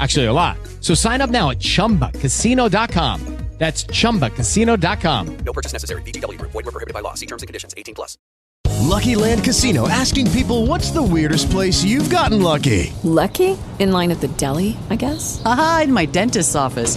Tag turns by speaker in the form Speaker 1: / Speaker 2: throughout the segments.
Speaker 1: Actually, a lot. So sign up now at chumbacasino.com. That's chumbacasino.com.
Speaker 2: No purchase necessary. VGW Group. Void were prohibited by law. See terms and conditions. 18 plus.
Speaker 3: Lucky Land Casino asking people what's the weirdest place you've gotten lucky?
Speaker 4: Lucky? In line at the deli, I guess?
Speaker 5: Aha, Ah, in my dentist's office.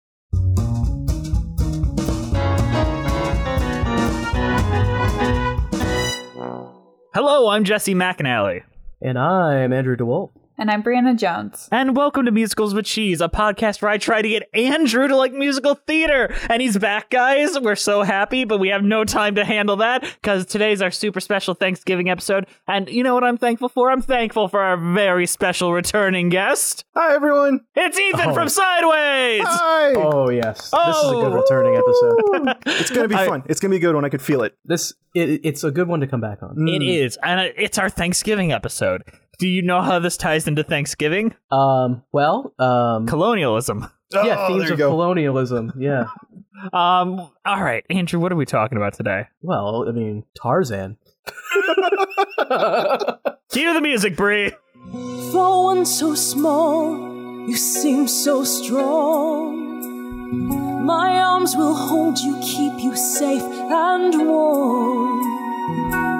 Speaker 6: Hello, I'm Jesse McAnally.
Speaker 7: And I'm Andrew DeWolf.
Speaker 8: And I'm Brianna Jones.
Speaker 6: And welcome to Musicals with Cheese, a podcast where I try to get Andrew to like musical theater. And he's back, guys. We're so happy, but we have no time to handle that because today's our super special Thanksgiving episode. And you know what I'm thankful for? I'm thankful for our very special returning guest.
Speaker 9: Hi, everyone.
Speaker 6: It's Ethan from Sideways. Oh!
Speaker 9: Hi.
Speaker 7: Oh yes, this is Oh. a good returning episode.
Speaker 9: It's gonna be fun. It's gonna be a good one. I could feel it.
Speaker 7: This it, it's a good one to come back on.
Speaker 6: It is. And it's our Thanksgiving episode. Do you know how this ties into Thanksgiving?
Speaker 7: Um, well, um,
Speaker 6: Colonialism.
Speaker 7: yeah,
Speaker 9: Oh,
Speaker 7: themes
Speaker 9: there you
Speaker 7: of
Speaker 9: go.
Speaker 7: colonialism. Yeah.
Speaker 6: Um, all right, Andrew, what are we talking about today?
Speaker 7: Well, I mean, Tarzan.
Speaker 6: Cue the music, Bree.
Speaker 10: For one so small, you seem so strong. My arms will hold you, keep you safe and warm.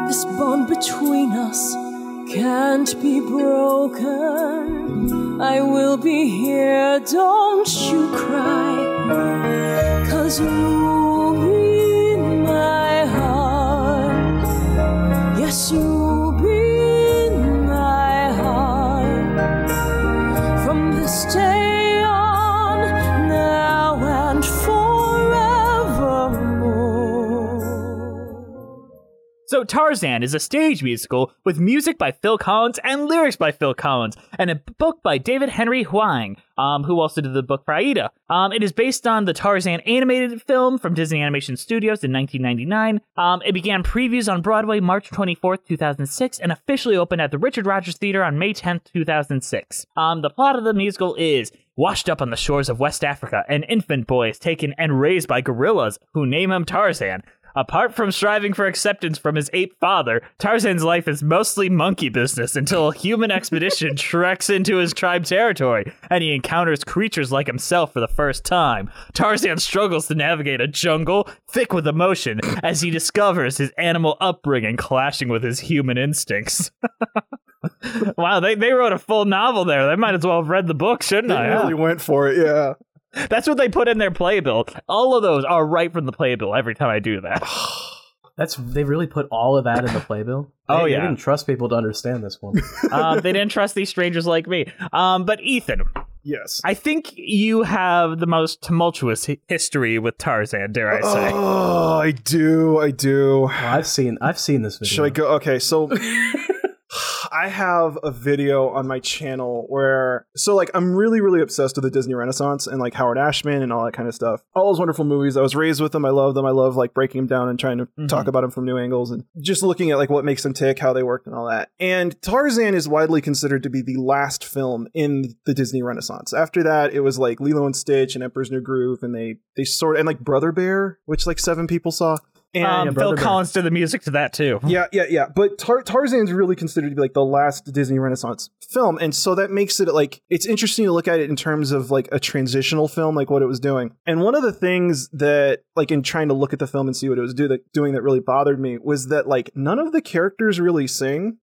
Speaker 10: This bond between us can't be broken. I will be here, don't you cry. Cause you'll be in my heart. Yes, you'll be in my heart from this day on, now and forevermore.
Speaker 6: So, Tarzan is a stage musical with music by Phil Collins and lyrics by Phil Collins, and a book by David Henry Huang, um, who also did the book for Aida. Um, it is based on the Tarzan animated film from Disney Animation Studios in 1999. Um, it began previews on Broadway March 24th, 2006, and officially opened at the Richard Rogers Theater on May 10th, 2006. Um, the plot of the musical is washed up on the shores of West Africa, an infant boy is taken and raised by gorillas who name him Tarzan. Apart from striving for acceptance from his ape father, Tarzan's life is mostly monkey business until a human expedition treks into his tribe territory and he encounters creatures like himself for the first time. Tarzan struggles to navigate a jungle thick with emotion as he discovers his animal upbringing clashing with his human instincts. wow, they, they wrote a full novel there. They might as well have read the book, shouldn't
Speaker 9: They
Speaker 6: I?
Speaker 9: really went for it. Yeah.
Speaker 6: That's what they put in their playbill. All of those are right from the playbill every time I do that.
Speaker 7: That's they really put all of that in the playbill. They-
Speaker 6: Oh,
Speaker 7: they
Speaker 6: yeah.
Speaker 7: didn't trust people to understand this one.
Speaker 6: um, they didn't trust these strangers like me. Um, but Ethan,
Speaker 9: Yes.
Speaker 6: I think you have the most tumultuous hi- history with Tarzan, dare I say.
Speaker 9: Oh, I do. I do.
Speaker 7: Well, I've seen I've seen this video.
Speaker 9: Should I go? Okay, so I have a video on my channel where, so like, I'm really, really obsessed with the Disney Renaissance and like Howard Ashman and all that kind of stuff. All those wonderful movies. I was raised with them. I love them. I love like breaking them down and trying to talk about them from new angles and just looking at like what makes them tick, how they worked, and all that. And Tarzan is widely considered to be the last film in the Disney Renaissance. After that, it was like Lilo and Stitch and Emperor's New Groove, and they they sort and like Brother Bear, which like seven people saw. And
Speaker 6: um, Phil
Speaker 7: Brother Bear.
Speaker 6: Collins did the music to that too.
Speaker 9: yeah, yeah, yeah. But Tar- Tarzan's really considered to be like the last Disney Renaissance film, and so that makes it like it's interesting to look at it in terms of like a transitional film, like what it was doing. And one of the things that like in trying to look at the film and see what it was do that doing that really bothered me was that like none of the characters really sing,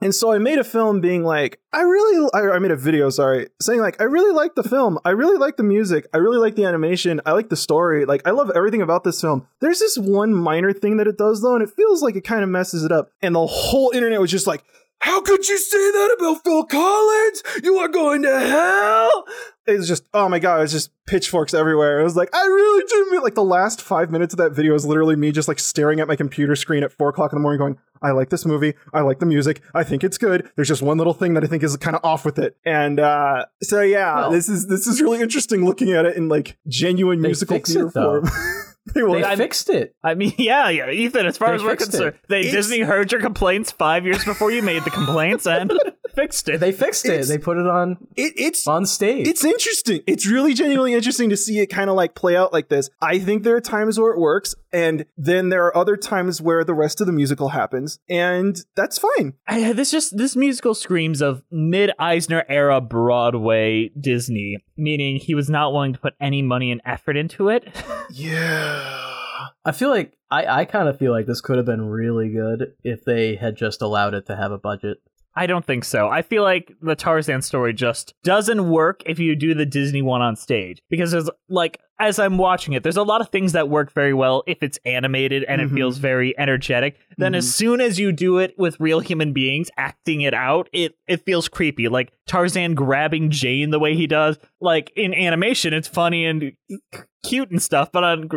Speaker 9: and so I made a film being like I really I, I made a video sorry saying like I really like the film, I really like the music, I really like the animation, I like the story, like I love everything about this film. There's this one minor thing that it does though, and it feels like it kind of messes it up. And the whole internet was just like, How could you say that about Phil Collins? You are going to hell. It was just, oh my God, it was just pitchforks everywhere. It was like, I really didn't mean, like the last five minutes of that video is literally me just like staring at my computer screen at four o'clock in the morning going, I like this movie. I like the music. I think it's good. There's just one little thing that I think is kind of off with it. And, uh, so yeah,
Speaker 7: Well-
Speaker 9: this is, this is really interesting looking at it in like genuine
Speaker 7: They
Speaker 9: musical
Speaker 7: fix
Speaker 9: theater
Speaker 7: it, though.
Speaker 9: form. they will.
Speaker 7: They fixed it.
Speaker 6: I mean, yeah, yeah, Ethan. As far
Speaker 7: They
Speaker 6: as we're
Speaker 7: fixed
Speaker 6: concerned,
Speaker 7: it.
Speaker 6: they
Speaker 7: It's-
Speaker 6: Disney heard your complaints five years before you made the complaints and fixed it.
Speaker 7: They fixed it.
Speaker 9: It's-
Speaker 7: They put it on
Speaker 9: It, it's
Speaker 7: on stage.
Speaker 9: It's interesting. It's really genuinely interesting to see it kind of like play out like this. I think there are times where it works, and then there are other times where the rest of the musical happens, and that's fine.
Speaker 6: I, this just this musical screams of mid Eisner era Broadway Disney, meaning he was not willing to put any money and effort into it.
Speaker 9: Yeah.
Speaker 7: I feel like I, I kind of feel like this could have been really good if they had just allowed it to have a budget.
Speaker 6: I don't think so. I feel like the Tarzan story just doesn't work if you do the Disney one on stage because there's like as I'm watching it, there's a lot of things that work very well if it's animated and
Speaker 9: Mhm.
Speaker 6: it feels very energetic. Then as soon as you do it with real human beings acting it out, it it feels creepy. Like Tarzan grabbing Jane the way he does. Like in animation, it's funny and cute and stuff, but on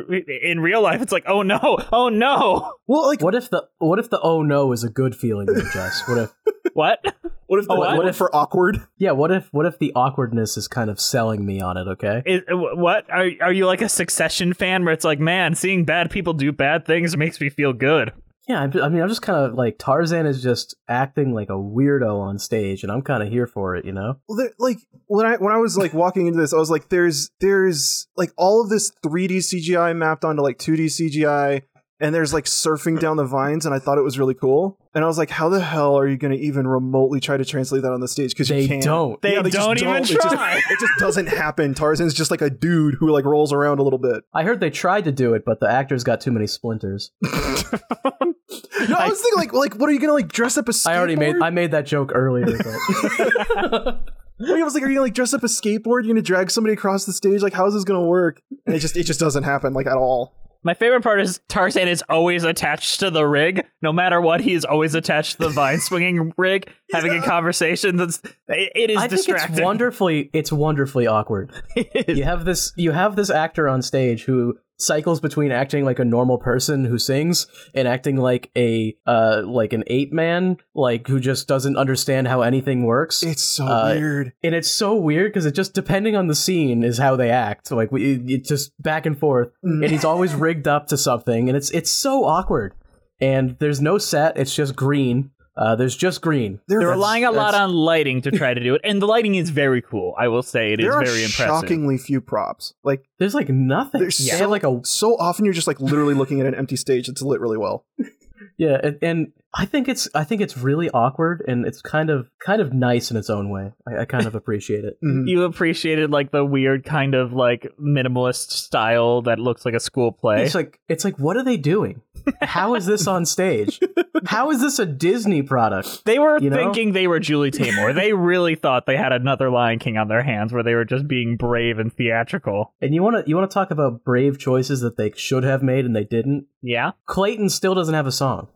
Speaker 6: in real life, it's like oh no, oh no,
Speaker 9: Well, like,
Speaker 7: What if the what if the oh no is a good feeling though, Jess? What if
Speaker 6: what?
Speaker 9: what if the
Speaker 6: Oh,
Speaker 9: what,
Speaker 6: what
Speaker 9: if for awkward?
Speaker 7: yeah, what if what if the awkwardness is kind of selling me on it, okay?
Speaker 6: Is, uh, what are are you like a Succession fan where it's like, man, seeing bad people do bad things makes me feel good.
Speaker 7: Yeah, I'm, I mean, I'm just kind of like Tarzan is just acting like a weirdo on stage, and I'm kind of here for it, you know.
Speaker 9: Well, there- like when I when I was like walking into this, I was like, "There's there's like all of this 3D CGI mapped onto like 2D CGI, and there's like surfing down the vines, and I thought it was really cool. And I was like, "How the hell are you going to even remotely try to translate that on the stage? Because
Speaker 7: They
Speaker 9: you can't.
Speaker 7: don't.
Speaker 6: They
Speaker 9: just
Speaker 6: don't even
Speaker 9: It just-
Speaker 6: try.
Speaker 9: It just, doesn't happen. Tarzan's just like a dude who like rolls around a little bit.
Speaker 7: I heard they tried to do it, but the actors got too many splinters.
Speaker 9: No, I, was thinking like like what are you going to like dress up a skateboard?
Speaker 7: I already made I made that joke earlier. But
Speaker 9: I was like, are you gonna like dress up a skateboard? You're gonna drag somebody across the stage? Like, how's this gonna work? And it just it just doesn't happen like at all.
Speaker 6: My favorite part is Tarzan is always attached to the rig. No matter what, he is always attached to the vine swinging rig, having a conversation. That's it, it is
Speaker 7: I think
Speaker 6: distracting.
Speaker 7: it's wonderfully it's wonderfully awkward. You have this you have this actor on stage who cycles between acting like a normal person who sings and acting like a uh like an ape man like who just doesn't understand how anything works.
Speaker 9: It's so
Speaker 7: Uh,
Speaker 9: weird.
Speaker 7: and it's so weird because it just depending on the scene is how they act. Like we, it, it's just back and forth,
Speaker 9: Mm.
Speaker 7: and he's always rigged up to something, and it's it's so awkward. And there's no set; it's just green. Uh, there's just green.
Speaker 6: They're
Speaker 9: There-
Speaker 6: relying a lot on lighting to try to do it, and the lighting is very cool. I will say it is
Speaker 9: there are
Speaker 6: very impressive.
Speaker 9: shockingly few props. Like
Speaker 7: There's like nothing.
Speaker 9: There's
Speaker 7: they
Speaker 9: so-
Speaker 7: have like a
Speaker 9: so often, you're just like literally looking at an empty stage that's lit really well.
Speaker 7: yeah, and, and I think it's I think it's really awkward, and it's kind of kind of nice in its own way. I, I kind of appreciate it.
Speaker 6: You appreciated like the weird kind of like minimalist style that looks like a school play.
Speaker 7: It's like it's like what are they doing? How is this on stage? How is this a Disney product?
Speaker 6: They were
Speaker 7: You know?
Speaker 6: thinking they were Julie Taymor. they really thought they had another Lion King on their hands where they were just being brave and theatrical.
Speaker 7: And you want to you want to talk about brave choices that they should have made and they didn't.
Speaker 6: Yeah.
Speaker 7: Clayton still doesn't have a song.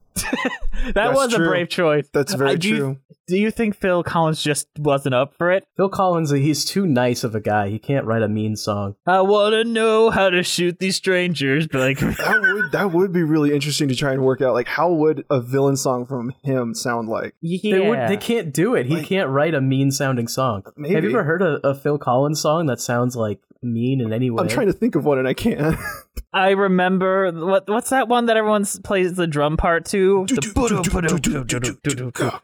Speaker 6: That
Speaker 9: That's
Speaker 6: was
Speaker 9: true.
Speaker 6: a brave choice.
Speaker 9: That's very
Speaker 6: Uh, do you-
Speaker 9: true.
Speaker 6: do you think Phil Collins just wasn't up for it?
Speaker 7: Phil Collins, he's too nice of a guy. He can't write a mean song.
Speaker 6: I want to know how to shoot these strangers. But like,
Speaker 9: That would that would be really interesting to try and work out. Like, how would a villain song from him sound like?
Speaker 6: yeah.
Speaker 7: They, would, they can't do it. He can't write a mean sounding song. Have
Speaker 9: Maybe.
Speaker 7: you ever heard a, a Phil Collins song that sounds like mean in any way?
Speaker 9: I'm trying to think of one and I can't.
Speaker 6: I remember what what's that one that everyone s- plays the drum part to? The-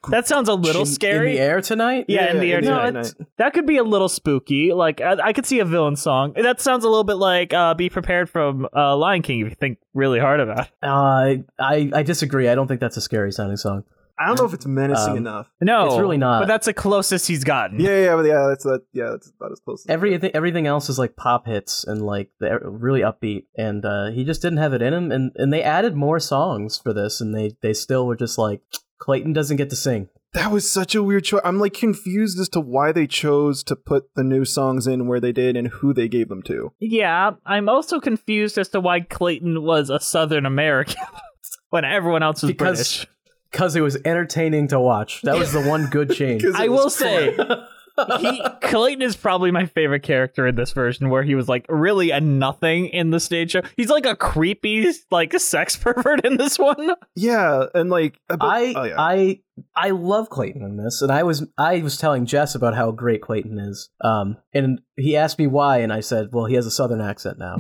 Speaker 6: that sounds a little
Speaker 7: In-
Speaker 6: scary.
Speaker 7: In the air tonight?
Speaker 6: Yeah, in the air.
Speaker 9: in the
Speaker 6: No,
Speaker 9: air
Speaker 6: it's- that could be a little spooky. Like I, I could see a villain song. That sounds a little bit like uh, "Be Prepared" from uh, Lion King. If you think really hard about it.
Speaker 7: Uh, I I disagree. I don't think that's a scary sounding song.
Speaker 9: I don't know if it's menacing
Speaker 7: Um,
Speaker 9: enough.
Speaker 6: No,
Speaker 7: It's really not.
Speaker 6: But that's the closest he's gotten.
Speaker 9: Yeah, yeah, but yeah, that's that. Yeah, that's about as
Speaker 6: eh
Speaker 9: close. As
Speaker 7: Everything everything else is like pop hits and like they're really upbeat, and uh, he just didn't have it in him. And, and they added more songs for this, and they they still were just like Clayton doesn't get to sing.
Speaker 9: That was such a weird choice. I'm like confused as to why they chose to put the new songs in where they did and who they gave them to.
Speaker 6: Yeah, I'm also confused as to why Clayton was a Southern American when everyone else was
Speaker 7: Because-
Speaker 6: British.
Speaker 7: because it was entertaining to watch. That was the one good change.
Speaker 6: I will say, he, Clayton is probably my favorite character in this version, where he was like really a nothing in the stage show. He's like a creepy, like sex pervert in this one.
Speaker 9: Yeah, and like uh,
Speaker 7: I
Speaker 9: Oh,
Speaker 7: I I love Clayton in this, and I was I was telling Jess about how great Clayton is, um, and he asked me why, and I said, well, he has a southern accent now,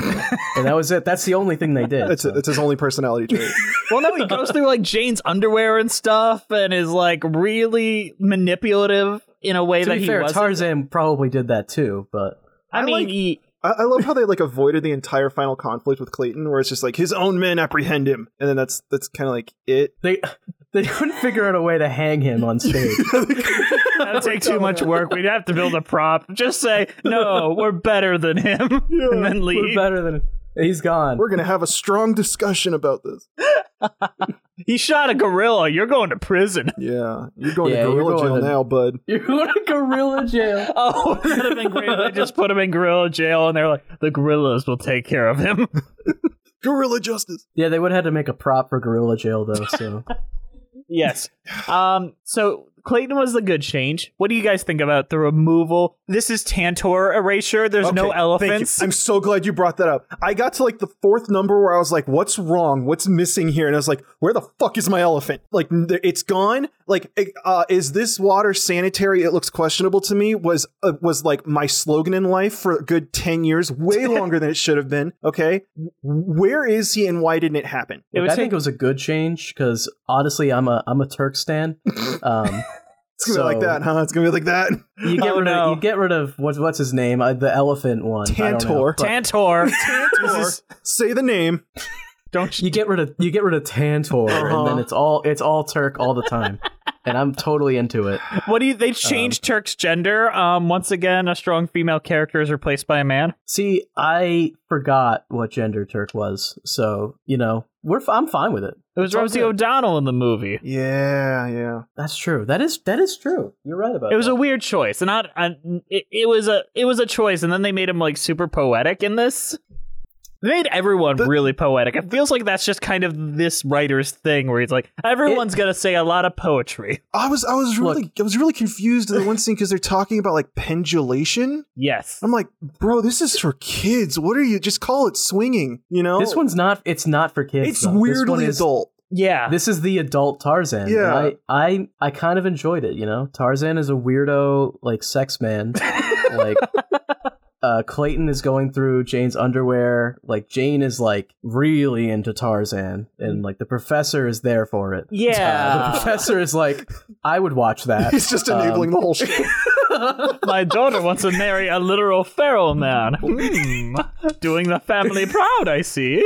Speaker 7: and that was it. That's the only thing they did.
Speaker 9: It's, it's his only personality trait.
Speaker 6: Well, no, he goes through like Jane's underwear and stuff, and is like really manipulative in a way
Speaker 7: to
Speaker 6: that
Speaker 7: be
Speaker 6: he
Speaker 7: fair,
Speaker 6: wasn't.
Speaker 7: Tarzan probably did that too, but
Speaker 6: I, mean,
Speaker 9: like-
Speaker 6: he-
Speaker 9: I, I love how they like avoided the entire final conflict with Clayton, where it's just like his own men apprehend him, and then that's that's kind of like it.
Speaker 7: They they couldn't figure out a way to hang him on stage.
Speaker 6: That'd take too much work. We'd have to build a prop. Just say, no, we're better than him. and then leave.
Speaker 7: We're better than he's gone.
Speaker 9: We're gonna have a strong discussion about this.
Speaker 6: He shot a gorilla. You're going to prison.
Speaker 9: Yeah, you're going
Speaker 6: Yeah,
Speaker 9: to
Speaker 6: you're
Speaker 9: gorilla
Speaker 6: going
Speaker 9: jail
Speaker 6: to-
Speaker 9: now, bud.
Speaker 7: You're going to gorilla jail.
Speaker 6: oh, that'd have been great. if They just put him in gorilla jail, and they're like, the gorillas will take care of him.
Speaker 9: Gorilla justice.
Speaker 7: Yeah, they would have had to make a prop for gorilla jail though. So
Speaker 6: yes. Um. So Clayton was the good change. What do you guys think about the removal? This is Tantor erasure. There's
Speaker 9: Okay,
Speaker 6: no
Speaker 9: thank you.
Speaker 6: elephants.
Speaker 9: I'm so glad you brought that up. I got to like the fourth number where I was like, "What's wrong? What's missing here?" And I was like, "Where the fuck is my elephant? Like, n- it's gone. Like, it- uh, is this water sanitary? It looks questionable to me." Was uh, was like my slogan in life for a good ten years, way longer than it should have been. Okay, W- where is he, and why didn't it happen?
Speaker 7: Look, I think it was a good change because honestly, I'm a I'm a Turk stan. Um,
Speaker 9: it's gonna be like that, huh? It's gonna be like that.
Speaker 7: You get rid of you get rid of what's what's his name? Uh, the elephant one. I don't know,
Speaker 9: Tantor.
Speaker 7: but-
Speaker 6: Tantor.
Speaker 9: Tantor. Say the name.
Speaker 6: Don't
Speaker 7: you get rid of you get rid of Tantor, and then it's all it's all Turk all the time, and I'm totally into it.
Speaker 6: What do you?
Speaker 7: Um,
Speaker 6: They changed Turk's gender. Um. Once again, a strong female character is replaced by a man.
Speaker 7: See, I forgot what gender Turk was, so you know we're f- I'm fine with it.
Speaker 6: It was Rosie O'Donnell in the movie.
Speaker 9: Yeah, yeah.
Speaker 7: That's true. That is that is true. You're right about
Speaker 6: It was
Speaker 7: that.
Speaker 6: a weird choice, and not. I, it, it was a. It was a choice, and then they made him like super poetic in this. They made everyone really poetic. It feels like that's just kind of this writer's thing, where he's like, everyone's gonna say a lot of poetry.
Speaker 9: I was I was really I was really confused in the one scene because they're talking about like pendulation.
Speaker 6: Yes,
Speaker 7: Um,
Speaker 9: I'm like, bro, this is for kids. What are you? Just call it swinging. You know,
Speaker 7: This one's not. It's not for kids.
Speaker 9: It's
Speaker 7: though. This
Speaker 9: weirdly
Speaker 7: one is-
Speaker 9: adult.
Speaker 6: Yeah.
Speaker 7: This is the adult Tarzan.
Speaker 9: Yeah.
Speaker 7: and I, I I kind of enjoyed it. You know, Tarzan is a weirdo like sex man. like uh, Clayton is going through Jane's underwear. Like Jane is like really into Tarzan, and like the professor is there for it.
Speaker 6: Yeah.
Speaker 7: Uh, the professor is like, I would watch that.
Speaker 9: He's just enabling the whole shit.
Speaker 6: My daughter wants to marry a literal feral man. Hmm. Doing the family proud, I see.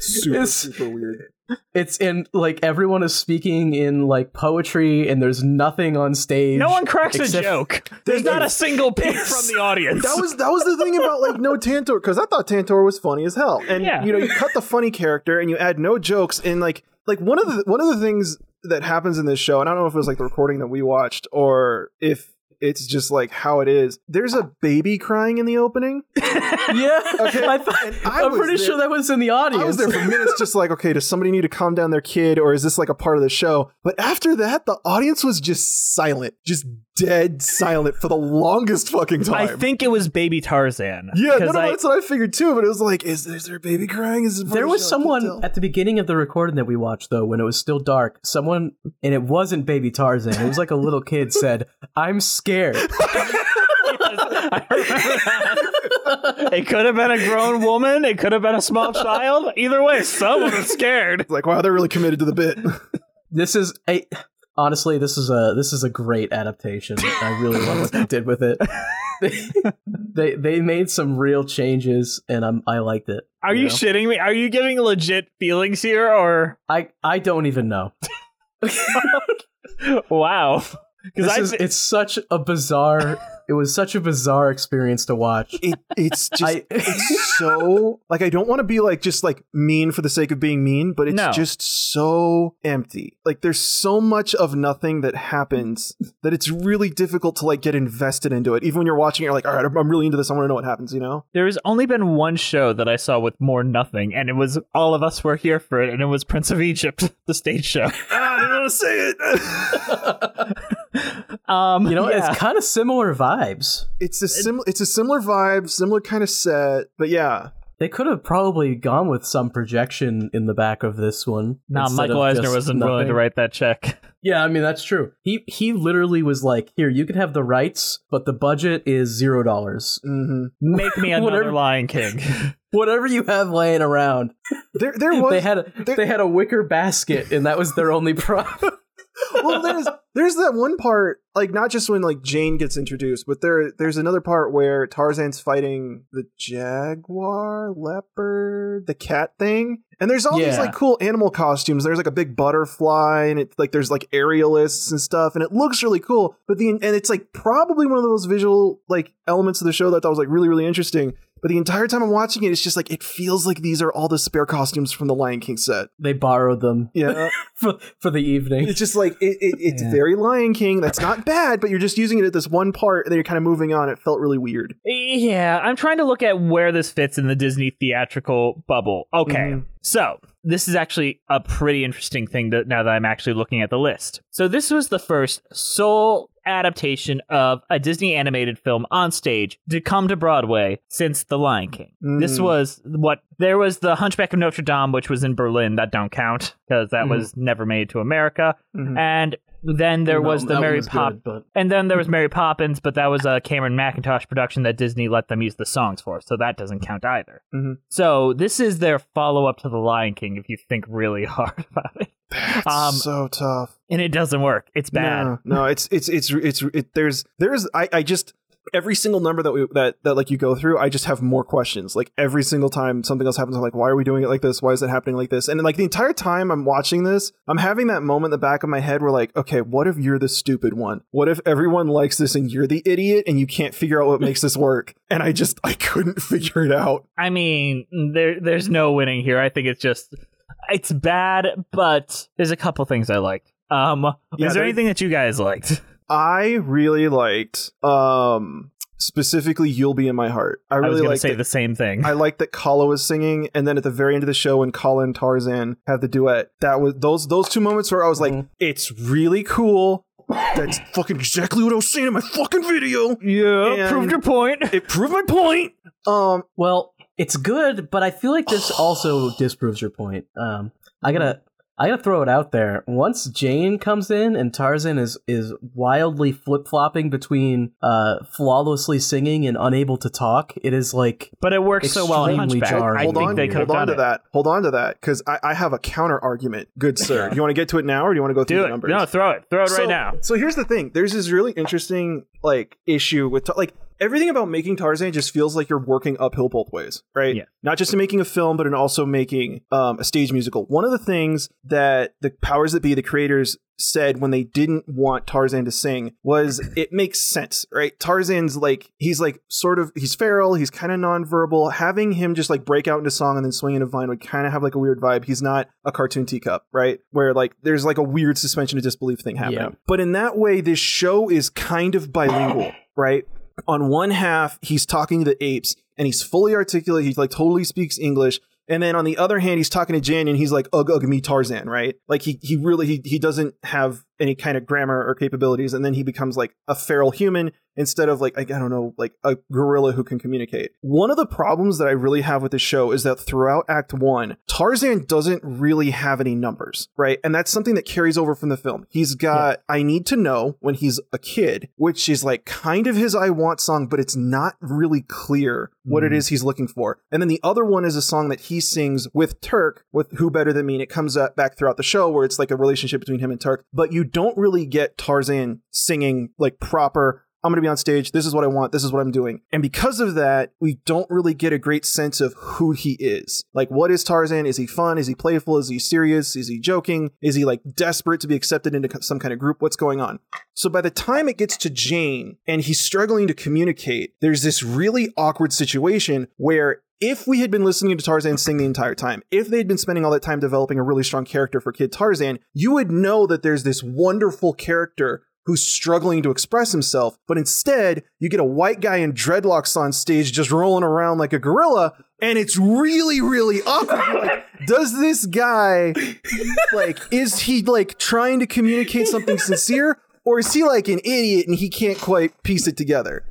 Speaker 9: super,
Speaker 7: It's-
Speaker 9: super weird.
Speaker 7: It's in like everyone is speaking in like poetry, and there's nothing on stage.
Speaker 6: No one cracks a
Speaker 7: except-
Speaker 6: joke. There's not a single peep from the audience.
Speaker 9: That was that was the thing about like no Tantor because I thought Tantor was funny as hell, and
Speaker 6: Yeah.
Speaker 9: you know you cut the funny character and you add no jokes and like like one of the one of the things that happens in this show, and I don't know if it was like the recording that we watched or if it's just like how it is. There's a baby crying in the opening.
Speaker 7: Yeah,
Speaker 9: Okay,
Speaker 7: I thought,
Speaker 9: and I
Speaker 7: I'm
Speaker 9: was
Speaker 7: pretty
Speaker 9: there-
Speaker 7: sure that was in the audience.
Speaker 9: I was there for minutes, just like, okay, does somebody need to calm down their kid, or is this like a part of the show? But after that, the audience was just silent, just dead silent for the longest fucking
Speaker 6: I
Speaker 9: time.
Speaker 6: think it was Baby Tarzan.
Speaker 9: yeah, no, no,
Speaker 6: 'Cause
Speaker 9: no,
Speaker 6: I-
Speaker 9: that's what I figured too. But it was like, is, is there a baby crying? Is this part
Speaker 7: There
Speaker 9: of the
Speaker 7: was
Speaker 9: show?
Speaker 7: someone at the beginning of the recording that we watched, though, when it was still dark. Someone, and it wasn't Baby Tarzan. It was like a little kid said, "I'm scared."
Speaker 6: It could have been a grown woman. It could have been a small child. Either way, someone was scared.
Speaker 9: Like, wow, they're really committed to the bit.
Speaker 7: This is a honestly, this is a this is a great adaptation. I really love what they did with it. they they made some real changes, and I'm I liked it.
Speaker 6: Are you
Speaker 7: know?
Speaker 6: shitting me? Are you giving legit feelings here, or
Speaker 7: I I don't even know.
Speaker 6: wow?
Speaker 7: This is, it's such a bizarre. it was such a bizarre experience to watch.
Speaker 9: It, it's just it's so like I don't want to be like just like mean for the sake of being mean, but it's
Speaker 7: No.
Speaker 9: just so empty. Like there's so much of nothing that happens that it's really difficult to like get invested into it. Even when you're watching, it, you're like, all right, I'm- I'm really into this. I want to know what happens. You know?
Speaker 6: There has only been one show that I saw with more nothing, and it was all of us were here for it, and it was Prince of Egypt, the stage show.
Speaker 9: I didn't want to say it.
Speaker 6: Um,
Speaker 7: you know,
Speaker 9: yeah.
Speaker 7: it's kind of similar vibes.
Speaker 9: It's a sim- It's a similar vibe, similar kind of set, but yeah.
Speaker 7: They could have probably gone with some projection in the back of this one.
Speaker 6: Nah,
Speaker 7: instead
Speaker 6: Michael
Speaker 7: of
Speaker 6: Eisner
Speaker 7: just
Speaker 6: wasn't willing to
Speaker 7: nothing.
Speaker 6: write that check.
Speaker 7: Yeah, I mean that's true. He he literally was like, "Here, you can have the rights, but the budget is zero dollars. Mm-hmm.
Speaker 6: Make me another
Speaker 7: Whatever-
Speaker 6: Lion King.
Speaker 7: Whatever you have laying around."
Speaker 9: There, there was
Speaker 7: they had a, they had a wicker basket, and that was their only prop.
Speaker 9: well, there's there's that one part, like not just when like Jane gets introduced, but there there's another part where Tarzan's fighting the jaguar, leopard, the cat thing, and there's all these
Speaker 7: Yeah.
Speaker 9: like cool animal costumes. There's like a big butterfly, and it's like there's like aerialists and stuff, and it looks really cool. But the and it's like probably one of those visual like elements of the show that I thought was like really really interesting. But the entire time I'm watching it, it's just like it feels like these are all the spare costumes from the Lion King set.
Speaker 7: they borrowed them.
Speaker 9: Yeah.
Speaker 7: for, for the evening.
Speaker 9: It's just like it, it, it's very Lion King. That's not bad, but you're just using it at this one part, and then you're kind of moving on. It felt really weird.
Speaker 6: Yeah, I'm trying to look at where this fits in the Disney theatrical bubble. Okay,
Speaker 9: Mhm.
Speaker 6: so this is actually a pretty interesting thing that now that I'm actually looking at the list. So this was the first sole adaptation of a Disney animated film on stage to come to Broadway since The Lion King. This
Speaker 8: Mm.
Speaker 6: was what there was the Hunchback of Notre Dame, which was in Berlin. That don't count because that
Speaker 8: Mhm.
Speaker 6: was never made to America, and. Then there
Speaker 8: No,
Speaker 6: was
Speaker 8: that
Speaker 6: the
Speaker 8: one
Speaker 6: Mary
Speaker 8: was good,
Speaker 6: Pop,
Speaker 8: but-
Speaker 6: and then there was Mary Poppins, but that was a Cameron McIntosh production that Disney let them use the songs for, so that doesn't count either.
Speaker 9: Mhm.
Speaker 6: So this is their follow up to The Lion King, if you think really hard about it. um,
Speaker 9: so tough,
Speaker 6: and it doesn't work. It's bad.
Speaker 9: No, no, it's it's it's it's it, there's there's I I just every single number that we that that like you go through, I just have more questions. Like every single time something else happens, I'm like, why are we doing it like this? Why is it happening like this? And like the entire time I'm watching this, I'm having that moment in the back of my head where like, okay, what if you're the stupid one? What if everyone likes this and you're the idiot and you can't figure out what makes this work? And I just I couldn't figure it out.
Speaker 6: I mean, there there's no winning here. I think it's just it's bad, but there's a couple things I liked. Um,
Speaker 9: Yeah,
Speaker 6: is there
Speaker 9: there-
Speaker 6: anything that you guys liked?
Speaker 9: I really liked um specifically You'll Be in My Heart. I
Speaker 6: I was
Speaker 9: really
Speaker 6: gonna
Speaker 9: like
Speaker 6: say the same thing.
Speaker 9: I liked that Kala was singing and then at the very end of the show when Kala and Tarzan have the duet. That was those those two moments where I was like
Speaker 6: Mhm.
Speaker 9: it's really cool. That's fucking exactly what I was saying in my fucking video.
Speaker 6: Yeah, proved your point.
Speaker 9: It proved my point. Um,
Speaker 7: well, it's good, but I feel like this also disproves your point. Um, I gotta, I gotta throw it out there. Once Jane comes in and Tarzan is is wildly flip flopping between uh, flawlessly singing and unable to talk, it is like,
Speaker 6: but it works so well in
Speaker 7: extremely
Speaker 6: Hunchback.
Speaker 7: jarring.
Speaker 6: I
Speaker 9: Hold
Speaker 6: think
Speaker 9: on,
Speaker 6: they could have
Speaker 9: hold on
Speaker 6: done
Speaker 9: to
Speaker 6: it.
Speaker 9: that. Hold on to that because I, I have a counter argument. Good sir, do you want to get to it now or do you want to go through
Speaker 6: Do
Speaker 9: the
Speaker 6: it.
Speaker 9: numbers?
Speaker 6: No, throw it. Throw it
Speaker 9: So-
Speaker 6: right now.
Speaker 9: So here's the thing. There's this really interesting like issue with Ta- like everything about making Tarzan just feels like you're working uphill both ways, right?
Speaker 6: Yeah.
Speaker 9: Not just in making a film, but in also making um, a stage musical. One of the things that the powers that be, the creators, said when they didn't want Tarzan to sing was it makes sense, right? Tarzan's like he's like sort of he's feral, he's kind of nonverbal. Having him just like break out into song and then swing into vine would kind of have like a weird vibe. He's not a cartoon teacup, right? Where like there's like a weird suspension of disbelief thing happening.
Speaker 7: Yeah.
Speaker 9: But in that way, this show is kind of bilingual, right? On one half, he's talking to the apes and he's fully articulate. He like totally speaks English. And then on the other hand, he's talking to Jan and he's like, ugh, ugh, me Tarzan, right? Like he he really he he doesn't have any kind of grammar or capabilities, and then he becomes like a feral human instead of like, like I don't know, like a gorilla who can communicate. One of the problems that I really have with the show is that throughout Act One, Tarzan doesn't really have any numbers, right? And that's something that carries over from the film. He's got I Need to Know when he's a kid, which is like kind of his I Want song, but it's not really clear what it
Speaker 7: Mm.
Speaker 9: is he's looking for. And then the other one is a song that he sings with Turk, with Who Better Than Me. And it comes up back throughout the show where it's like a relationship between him and Turk, but you don't really get Tarzan singing like proper I'm going to be on stage. This is what I want. This is what I'm doing. And because of that, we don't really get a great sense of who he is. Like, what is Tarzan? Is he fun? Is he playful? Is he serious? Is he joking? Is he like desperate to be accepted into co- some kind of group? What's going on? So by the time it gets to Jane and he's struggling to communicate, there's this really awkward situation where if we had been listening to Tarzan sing the entire time, if they'd been spending all that time developing a really strong character for Kid Tarzan, you would know that there's this wonderful character who's struggling to express himself. But instead, you get a white guy in dreadlocks on stage just rolling around like a gorilla, and it's really, really awkward. You're like, does this guy, like, is he, like, trying to communicate something sincere? Or is he like an idiot and he can't quite piece it together?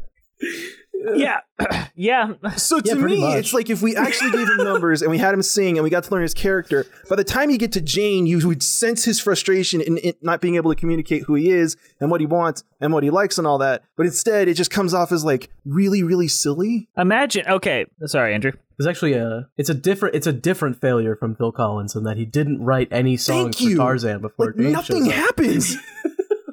Speaker 6: Yeah. yeah.
Speaker 9: So to me, it's like if we actually gave him numbers and we had him sing and we got to learn his character, by the time you get to Jane, you would sense his frustration in, in not being able to communicate who he is and what he wants and what he likes and all that. But instead, it just comes off as like really, really silly.
Speaker 6: Imagine. Okay. Sorry, Andrew.
Speaker 7: It's actually a it's a different it's a different failure from Phil Collins in that he didn't write any songs for Tarzan before Jane
Speaker 9: nothing
Speaker 7: shows up.
Speaker 9: happens.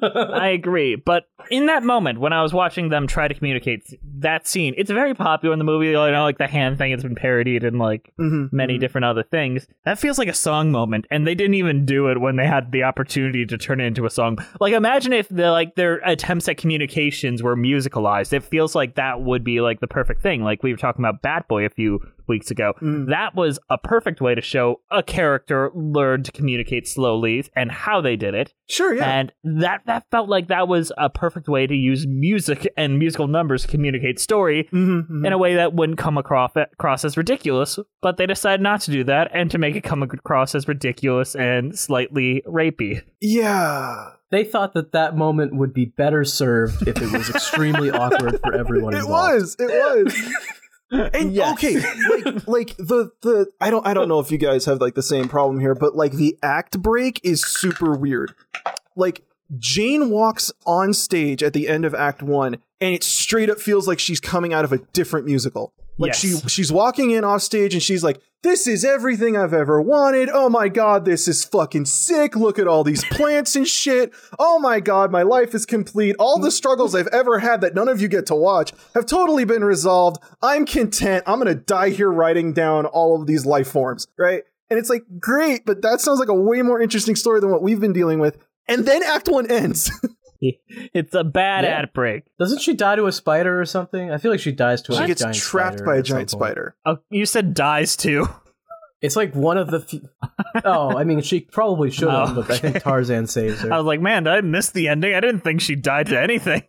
Speaker 6: I agree. But in that moment, when I was watching them try to communicate that scene, it's very popular in the movie. You know, like the hand thing, it's been parodied in like many different other things. That feels like a song moment, and they didn't even do it when they had the opportunity to turn it into a song. Like, imagine if the like their attempts at communications were musicalized. It feels like that would be like the perfect thing. Like we were talking about Bat Boy a few weeks ago. That was a perfect way to show a character learned to communicate slowly and how they did it.
Speaker 9: Sure, yeah.
Speaker 6: And that that felt like that was a perfect way to use music and musical numbers to communicate story
Speaker 7: Mm-hmm,
Speaker 6: in a way that wouldn't come across, across as ridiculous. But they decided not to do that and to make it come across as ridiculous and slightly rapey.
Speaker 9: yeah.
Speaker 7: They thought that that moment would be better served if it was extremely awkward for everyone
Speaker 9: It
Speaker 7: involved.
Speaker 9: was. It was. And okay, like like the the I don't I don't know if you guys have like the same problem here, but like the act break is super weird. Like Jane walks on stage at the end of act 1 and it straight up feels like she's coming out of a different musical. Like
Speaker 6: Yes.
Speaker 9: she she's walking in off stage and she's like, "This is everything I've ever wanted. Oh my god, this is fucking sick. Look at all these plants and shit. Oh my god, my life is complete. All the struggles I've ever had that none of you get to watch have totally been resolved. I'm content. I'm gonna die here writing down all of these life forms, right?" And it's like, great, but that sounds like a way more interesting story than what we've been dealing with. And then Act One ends.
Speaker 6: It's a bad
Speaker 7: Yeah.
Speaker 6: ad break.
Speaker 7: Doesn't she die to a spider or something? I feel like she dies to
Speaker 9: she
Speaker 7: a
Speaker 9: gets
Speaker 7: giant
Speaker 9: trapped
Speaker 7: spider
Speaker 9: by a
Speaker 7: at some
Speaker 9: giant
Speaker 7: point.
Speaker 9: spider.
Speaker 6: Oh, you said dies too.
Speaker 7: It's like one of the. F- oh, I mean, she probably should have,
Speaker 9: Oh,
Speaker 7: but I think Tarzan saves her.
Speaker 6: I was like, man, did I missed the ending. I didn't think she died to anything.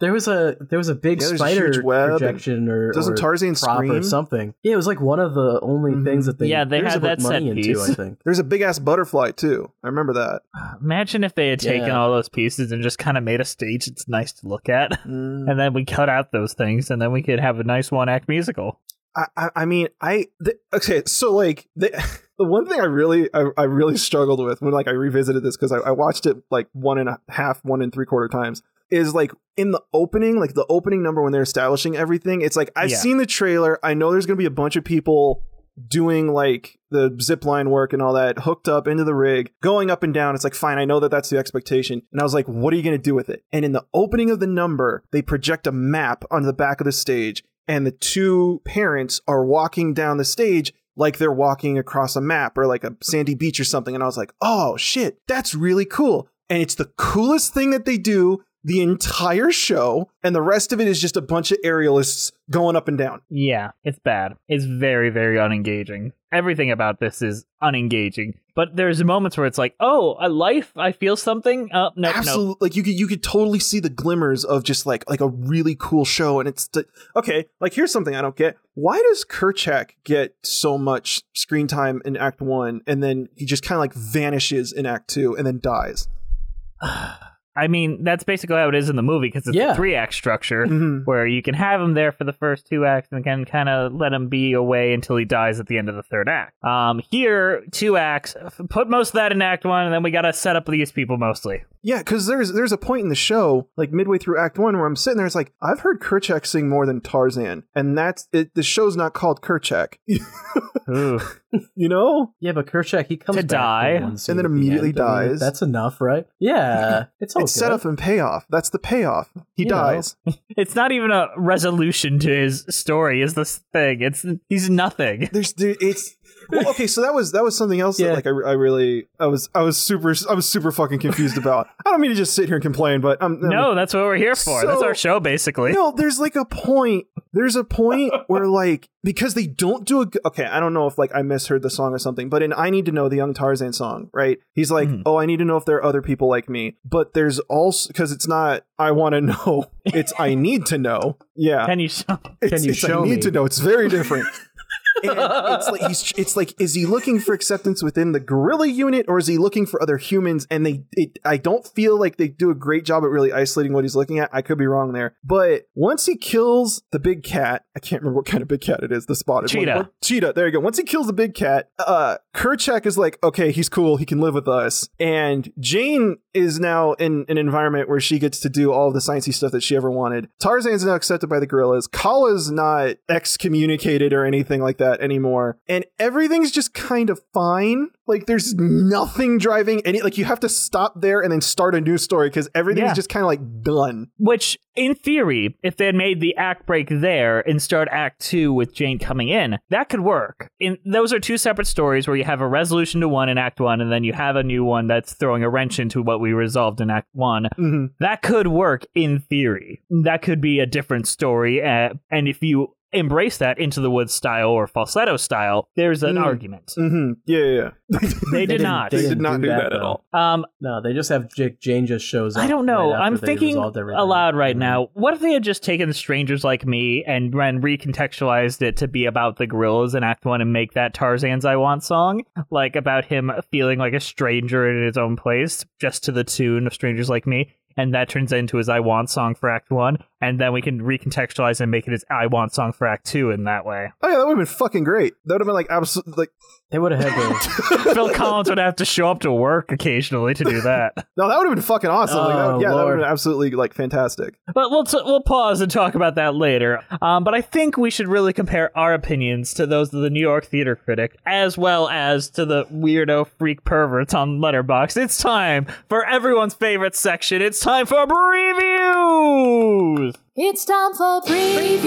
Speaker 7: There was a there was a big
Speaker 9: Yeah, there's a
Speaker 7: spider
Speaker 9: huge web and-
Speaker 7: projection or
Speaker 9: Doesn't
Speaker 7: or
Speaker 9: Tarzan
Speaker 7: prop or
Speaker 9: scream? Mm-hmm.
Speaker 7: something. Yeah, it was like one of the only things that they
Speaker 6: Yeah, they
Speaker 7: there's
Speaker 6: had
Speaker 7: a book
Speaker 6: that
Speaker 7: money
Speaker 6: set
Speaker 7: into,
Speaker 6: piece.
Speaker 7: I think
Speaker 9: There's a big ass butterfly too. I remember that.
Speaker 6: Imagine if they had taken
Speaker 7: Yeah.
Speaker 6: all those pieces and just kind of made a stage that's nice to look at, and then we cut out those things, and then we could have a nice one act musical.
Speaker 9: I, I, I mean, I th- okay. So like the, the one thing I really, I, I really struggled with when like I revisited this because I, I watched it like one and a half, one and three quarter times is like in the opening, like the opening number when they're establishing everything. It's like I've
Speaker 6: Yeah.
Speaker 9: seen the trailer. I know there's gonna be a bunch of people doing like the zip line work and all that, hooked up into the rig, going up and down. It's like, fine, I know that that's the expectation. And I was like, what are you going to do with it? And in the opening of the number, they project a map onto the back of the stage, and the two parents are walking down the stage like they're walking across a map or like a sandy beach or something. And I was like, oh shit, that's really cool. And it's the coolest thing that they do the entire show. And the rest of it is just a bunch of aerialists going up and down.
Speaker 6: Yeah, it's bad. It's very, very unengaging. Everything about this is unengaging. But there's moments where it's like, oh, a life, I feel something. Oh, no,
Speaker 9: absolutely like you could you could totally see the glimmers of just like like a really cool show and it's t- okay like here's something i don't get why does kerchak get so much screen time in act one and then he just kind of like vanishes in act two and then dies
Speaker 6: no. I mean, that's basically how it is in the movie because it's
Speaker 7: Yeah.
Speaker 6: a three act structure
Speaker 9: Mm-hmm.
Speaker 6: where you can have him there for the first two acts and can kind of let him be away until he dies at the end of the third act. Um, here, two acts, put most of that in act one, and then we got to set up these people mostly.
Speaker 9: Yeah, because there's there's a point in the show, like midway through Act One, where I'm sitting there. It's like I've heard Kerchak sing more than Tarzan, and that's it. The show's not called Kerchak. you know?
Speaker 7: Yeah, but Kerchak he comes
Speaker 6: To
Speaker 7: back
Speaker 6: die.
Speaker 7: in one
Speaker 6: And
Speaker 7: scene
Speaker 9: then
Speaker 7: at the
Speaker 9: immediately
Speaker 7: end. I mean,
Speaker 9: dies.
Speaker 7: that's enough, right? Yeah, it's all
Speaker 9: it's setup
Speaker 7: good.
Speaker 9: and payoff. That's the payoff. He
Speaker 7: You know.
Speaker 9: dies.
Speaker 6: It's not even a resolution to his story. Is this thing? It's he's nothing.
Speaker 9: There's dude, it's well, okay. So that was that was something else that like I, I really I was I was super I was super fucking confused about. I don't mean to just sit here and complain, but I'm, I'm
Speaker 6: No, that's what we're here for. that's
Speaker 9: So-
Speaker 6: our show, basically.
Speaker 9: No, there's like a point. There's a point where like because they don't do a g- okay. I don't know if like I misheard the song or something, but in I need to know the young Tarzan song, right? He's like,
Speaker 6: Mm-hmm.
Speaker 9: oh, I need to know if there are other people like me. But there's also because it's not I want to know. It's I need to know. Yeah,
Speaker 6: Can you show?
Speaker 9: it's,
Speaker 7: you
Speaker 9: it's
Speaker 7: show
Speaker 9: I need
Speaker 7: me?
Speaker 9: to know. It's very different. and it's like he's it's like is he looking for acceptance within the gorilla unit or is he looking for other humans and they it, I don't feel like they do a great job at really isolating what he's looking at I could be wrong there but once he kills the big cat I can't remember what kind of big cat it is the spotted one.
Speaker 6: Cheetah.
Speaker 9: What- cheetah there you go once he kills the big cat uh Kerchak is like okay he's cool he can live with us and Jane is now in an environment where she gets to do all of the sciencey stuff that she ever wanted Tarzan's now accepted by the gorillas Kala's not excommunicated or anything like that anymore and everything's just kind of fine like there's nothing driving any like you have to stop there and then start a new story because everything's
Speaker 6: Yeah.
Speaker 9: just kind of like done
Speaker 6: Which, in theory, if they had made the act break there and start Act Two with Jane coming in, that could work. In those are two separate stories where you have a resolution to one in Act One, and then you have a new one that's throwing a wrench into what we resolved in Act One.
Speaker 9: Mhm.
Speaker 6: That could work in theory. That could be a different story, uh, and if you embrace that into the woods style or falsetto style, there's an
Speaker 9: Mm.
Speaker 6: argument.
Speaker 9: mm-hmm. yeah yeah, yeah
Speaker 6: They did
Speaker 7: didn't-
Speaker 6: not.
Speaker 7: they
Speaker 9: they did
Speaker 7: didn't
Speaker 9: not
Speaker 7: do
Speaker 9: do
Speaker 7: that,
Speaker 9: that at
Speaker 7: though.
Speaker 9: all
Speaker 6: Um,
Speaker 7: No, they just have Jake Jane just shows up.
Speaker 6: I don't know.
Speaker 7: right after
Speaker 6: I'm
Speaker 7: they
Speaker 6: thinking
Speaker 7: resolved everything. Mm-hmm.
Speaker 6: aloud right now. What if they had just taken strangers like me and then recontextualized it to be about the gorillas in Act One and make that Tarzan's I Want song, like about him feeling like a stranger in his own place, just to the tune of Strangers Like Me, and that turns into his I Want song for Act One, and then we can recontextualize and make it his I Want song for Act Two in that way.
Speaker 9: Oh yeah, that would have been fucking great. That would have been like absolutely like
Speaker 7: They would have had to.
Speaker 6: Phil Collins would have to show up to work occasionally to do that.
Speaker 9: no, that would have been fucking awesome. like, that,
Speaker 7: Oh,
Speaker 9: would- yeah, that would
Speaker 7: Lord.
Speaker 9: have been absolutely like fantastic.
Speaker 6: But we'll t- we'll pause and talk about that later. Um, but I think we should really compare our opinions to those of the New York Theater Critic, as well as to the weirdo freak perverts on Letterbox. It's time for everyone's favorite section. It's time for previews.
Speaker 10: It's time for previews.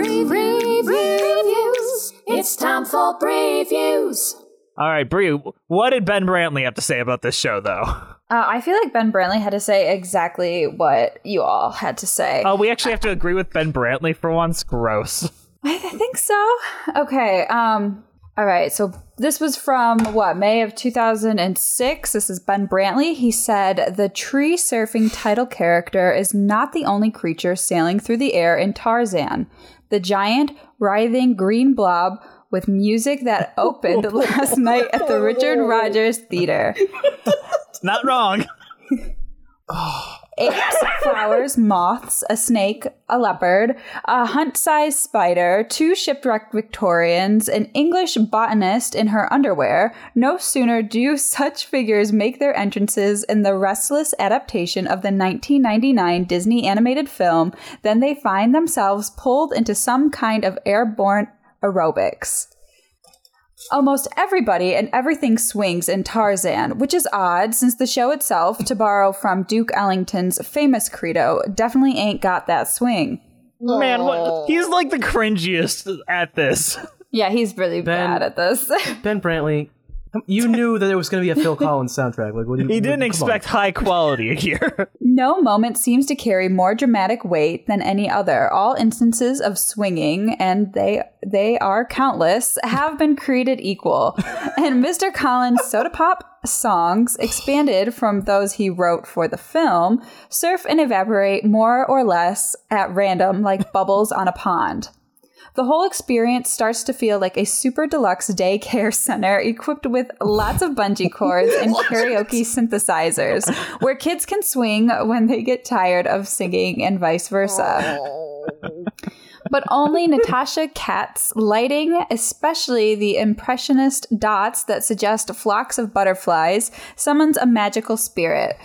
Speaker 10: Previews. Previews. It's time for previews.
Speaker 6: All right, Brie, what did Ben Brantley have to say about this show, though?
Speaker 8: Uh, I feel like Ben Brantley had to say exactly what you all had to say.
Speaker 6: Oh, we actually have to agree with Ben Brantley for once. Gross.
Speaker 8: I I think so. Okay. Um. All right. So this was from what May of 2006. This is Ben Brantley. He said the tree surfing title character is not the only creature sailing through the air in Tarzan. The giant writhing green blob with music that opened last night at the Richard Rogers Theater.
Speaker 6: Not wrong.
Speaker 8: apes, flowers, moths, a snake, a leopard, a hunt sized spider, two shipwrecked Victorians, an English botanist in her underwear. No sooner do such figures make their entrances in the restless adaptation of the 1999 Disney animated film than they find themselves pulled into some kind of airborne aerobics. Almost everybody and everything swings in Tarzan, which is odd since the show itself, to borrow from Duke Ellington's famous credo, definitely ain't got that swing.
Speaker 6: Man, what, he's like the cringiest at this.
Speaker 8: Yeah, he's really
Speaker 7: Ben-
Speaker 8: bad at this.
Speaker 7: Ben Brantley, you knew that there was going to be a Phil Collins soundtrack. Like, what do you?
Speaker 6: He
Speaker 7: what-
Speaker 6: didn't
Speaker 7: come on.
Speaker 6: expect high quality here.
Speaker 8: no moment seems to carry more dramatic weight than any other. All instances of swinging, and they they are countless, have been created equal. and Mr. Collins' soda pop songs expanded from those he wrote for the film, surf and evaporate more or less at random like bubbles on a pond. The whole experience starts to feel like a super deluxe daycare center equipped with lots of bungee cords and karaoke synthesizers, where kids can swing when they get tired of singing and vice versa. But only Natasha Cat's lighting, especially the impressionist dots that suggest flocks of butterflies, summons a magical spirit.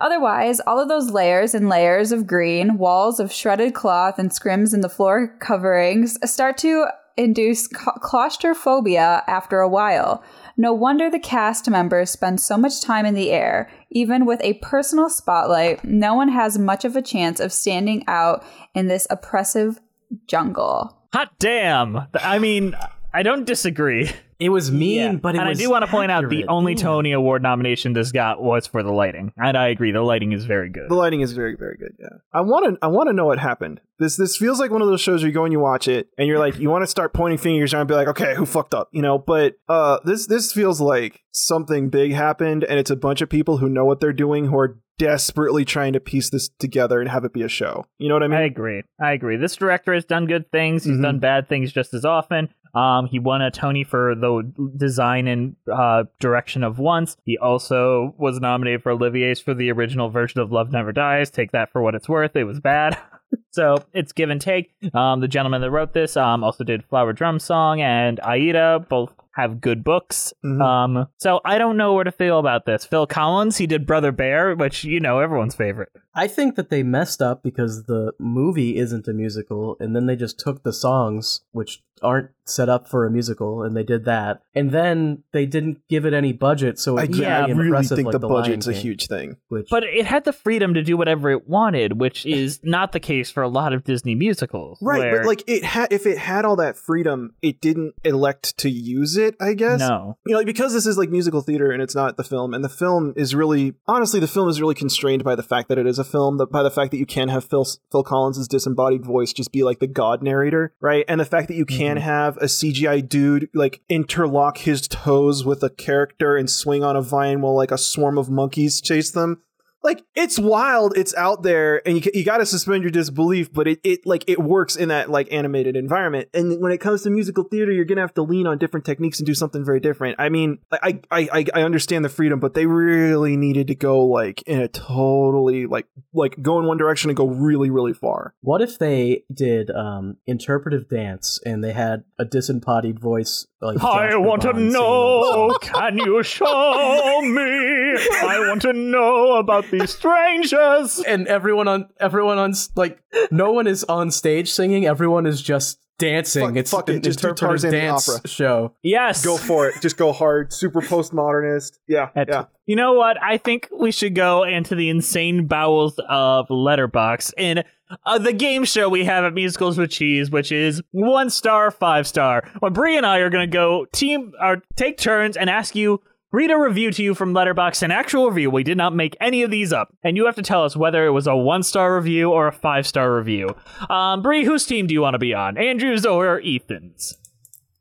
Speaker 8: Otherwise, all of those layers and layers of green, walls of shredded cloth and scrims in the floor coverings uh, start to induce cla- claustrophobia after a while. No wonder the cast members spend so much time in the air. Even with a personal spotlight, no one has much of a chance of standing out in this oppressive jungle.
Speaker 6: Hot damn! I mean, I don't disagree.
Speaker 7: It was mean, but it
Speaker 6: and
Speaker 7: was
Speaker 6: I do want to point out the
Speaker 7: accurate.
Speaker 6: only Tony Award nomination this got was for the lighting, and I agree the lighting is very good.
Speaker 9: The lighting is very, very good. Yeah, I want to. I want to know what happened. This this feels like one of those shows where you go and you watch it, and you're like, you want to start pointing fingers and be like, okay, who fucked up, you know? But uh, this this feels like something big happened, and it's a bunch of people who know what they're doing who are desperately trying to piece this together and have it be a show. You know what I mean? Mm-hmm.
Speaker 6: I agree. I agree. This director has done good things. He's done bad things just as often. Um, he won a Tony for the design and uh, direction of Once. He also was nominated for Olivier's for the original version of Love Never Dies. Take that for what it's worth. It was bad. so it's give and take. Um, the gentleman that wrote this um, also did Flower Drum Song and Aida, both have good books.
Speaker 9: Mm-hmm.
Speaker 6: Um, so I don't know where to feel about this. Phil Collins, he did Brother Bear, which, you know, everyone's favorite.
Speaker 7: I think that they messed up because the movie isn't a musical, and then they just took the songs, which aren't set up for a musical, and they did that. And then they didn't give it any budget, so
Speaker 9: I,
Speaker 7: it's very
Speaker 9: I really
Speaker 7: impressive,
Speaker 9: think
Speaker 7: like
Speaker 9: the,
Speaker 7: the Lion
Speaker 9: budget's a
Speaker 7: King.
Speaker 9: huge thing.
Speaker 6: But it had the freedom to do whatever it wanted, which is not the case for a lot of Disney musicals.
Speaker 9: Right,
Speaker 6: where-
Speaker 9: but like it had if it had all that freedom, it didn't elect to use it, I guess.
Speaker 6: No.
Speaker 9: You know, like, because this is like musical theater and it's not the film, and the film is really honestly the film is really constrained by the fact that it is a film, that by the fact that you can have Phil Phil Collins' disembodied voice just be like the god narrator, right? And the fact that you can have a CGI dude like interlock his toes with a character and swing on a vine while like a swarm of monkeys chase them like it's wild it's out there and you, you got to suspend your disbelief but it, it like it works in that like animated environment and when it comes to musical theater you're gonna have to lean on different techniques and do something very different i mean i i i, I understand the freedom but they really needed to go like in a totally like like go in one direction and go really really far
Speaker 7: What if they did um, interpretive dance and they had a disembodied voice? Like
Speaker 6: I
Speaker 7: Jasper
Speaker 6: want to
Speaker 7: Bond singing
Speaker 6: know, can you show me? I want to know about these strangers.
Speaker 7: And everyone on everyone on s- like no one is on stage singing. Everyone is just dancing. it's
Speaker 9: fuck
Speaker 7: an
Speaker 9: it, just do
Speaker 7: interpretive
Speaker 9: Tarzan the
Speaker 7: dance
Speaker 9: opera.
Speaker 7: show.
Speaker 6: Yes.
Speaker 9: go for it just go hard super postmodernist yeah yeah
Speaker 6: You know what? I think we should go into the insane bowels of Letterbox in uh, the game show we have at Musicals with Cheese, which is one star, five star. Well, Bree and I are going to go team or take turns and ask you read a review to you from Letterbox, an actual review. We did not make any of these up, and you have to tell us whether it was a one star review or a five star review. Um, Bree, whose team do you want to be on, Andrews or Ethan's?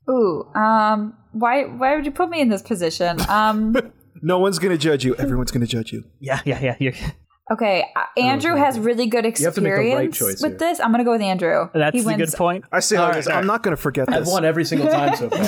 Speaker 8: Ooh, um, why why would you put me in this position? Um,
Speaker 9: no one's gonna judge you everyone's gonna judge you
Speaker 6: yeah yeah yeah yeah
Speaker 8: okay, uh, Andrew has really good
Speaker 9: You have to make the
Speaker 8: experience
Speaker 9: right choice
Speaker 8: with
Speaker 9: here.
Speaker 8: this. I'm gonna go with Andrew.
Speaker 6: That's
Speaker 8: he
Speaker 6: a
Speaker 8: wins.
Speaker 6: good point.
Speaker 9: i say all this, i'm not gonna forget this
Speaker 7: I've won every single time so far.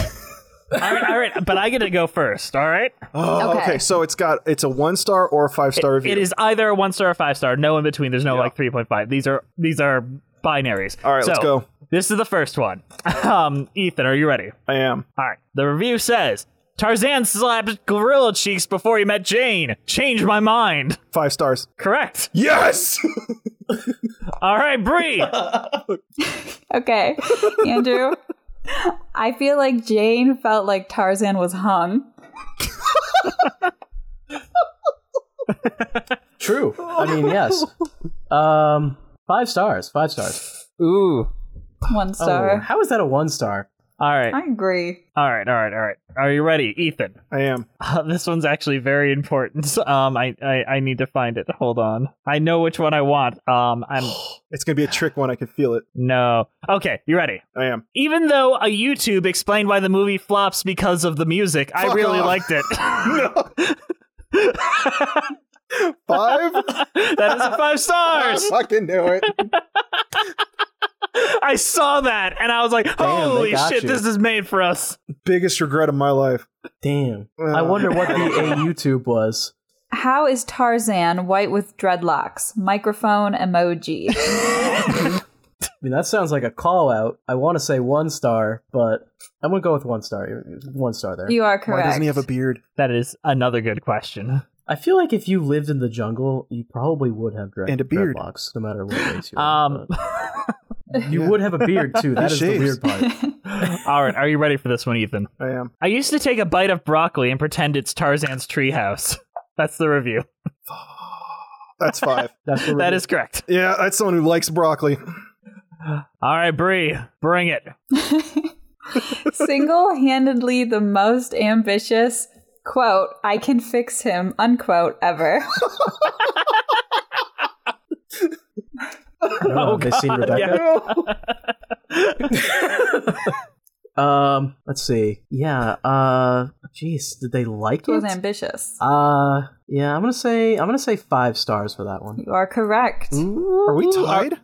Speaker 6: all right, all right, but I get to go first. All right.
Speaker 9: Oh, okay.
Speaker 6: Okay.
Speaker 9: so it's got it's a one star or a five star review
Speaker 6: It is either a one star or five star. No in between. There's no like three point five. These are these are binaries. All
Speaker 9: right, let's go.
Speaker 6: This is the first one. Um, Ethan, are you ready?
Speaker 9: I am.
Speaker 6: All right. The review says Tarzan slapped gorilla cheeks before he met Jane. Changed my mind.
Speaker 9: five stars
Speaker 6: Correct.
Speaker 9: yes
Speaker 6: All right, Bree.
Speaker 8: Okay, Andrew. I feel like Jane felt like Tarzan was hung.
Speaker 7: True. I mean, yes. Um, five stars. Five stars.
Speaker 6: Ooh.
Speaker 8: One star.
Speaker 7: Oh, how is that a one star?
Speaker 6: All right.
Speaker 8: I agree.
Speaker 6: All right, all right, all right. Are you ready, Ethan?
Speaker 9: I am.
Speaker 6: Uh, this one's actually very important. Um, I, I I need to find it. Hold on. I know which one I want. Um, I'm
Speaker 9: It's gonna be a trick one. I can feel it.
Speaker 6: no. Okay, you ready?
Speaker 9: I am.
Speaker 6: Even though a YouTube explained why the movie flops because of the music, I
Speaker 9: Fuck
Speaker 6: really
Speaker 9: off.
Speaker 6: liked it.
Speaker 9: Five.
Speaker 6: that is a five
Speaker 9: I
Speaker 6: stars.
Speaker 9: fucking knew it.
Speaker 6: I saw that and I was like,
Speaker 7: they
Speaker 6: holy
Speaker 7: got
Speaker 6: shit,
Speaker 7: you.
Speaker 6: this is made for us.
Speaker 9: Biggest regret of my life. Uh,
Speaker 7: Damn. I wonder what the a YouTube was.
Speaker 8: How is Tarzan white with dreadlocks? Microphone emoji.
Speaker 7: I mean, that sounds like a call out. I want to say one star, but I'm gonna go with one star. One star there.
Speaker 8: You are
Speaker 9: Why
Speaker 8: correct.
Speaker 9: doesn't he have a beard?
Speaker 6: That is another good question.
Speaker 7: I feel like if you lived in the jungle, you probably would have dread-
Speaker 9: And a beard.
Speaker 7: dreadlocks, no matter what race you were.
Speaker 6: Um,
Speaker 7: You would have a beard too. That is the
Speaker 9: Shaves.
Speaker 7: weird part.
Speaker 6: all right, are you ready for this one, Ethan?
Speaker 9: I am.
Speaker 6: I used to take a bite of broccoli and pretend it's Tarzan's treehouse. That's the review.
Speaker 9: That's five.
Speaker 7: That's
Speaker 6: That is correct.
Speaker 9: Yeah, that's someone who likes broccoli.
Speaker 6: All right, Bree, bring it.
Speaker 8: Single handedly the most ambitious quote, I can fix him, unquote, ever.
Speaker 7: No, they seen Rebecca. Um, let's see. Yeah. Uh, jeez, did they like
Speaker 8: He was
Speaker 7: it?
Speaker 8: ambitious.
Speaker 7: Uh, yeah. I'm gonna say I'm gonna say five stars for that one.
Speaker 8: You are correct.
Speaker 9: Are we tied?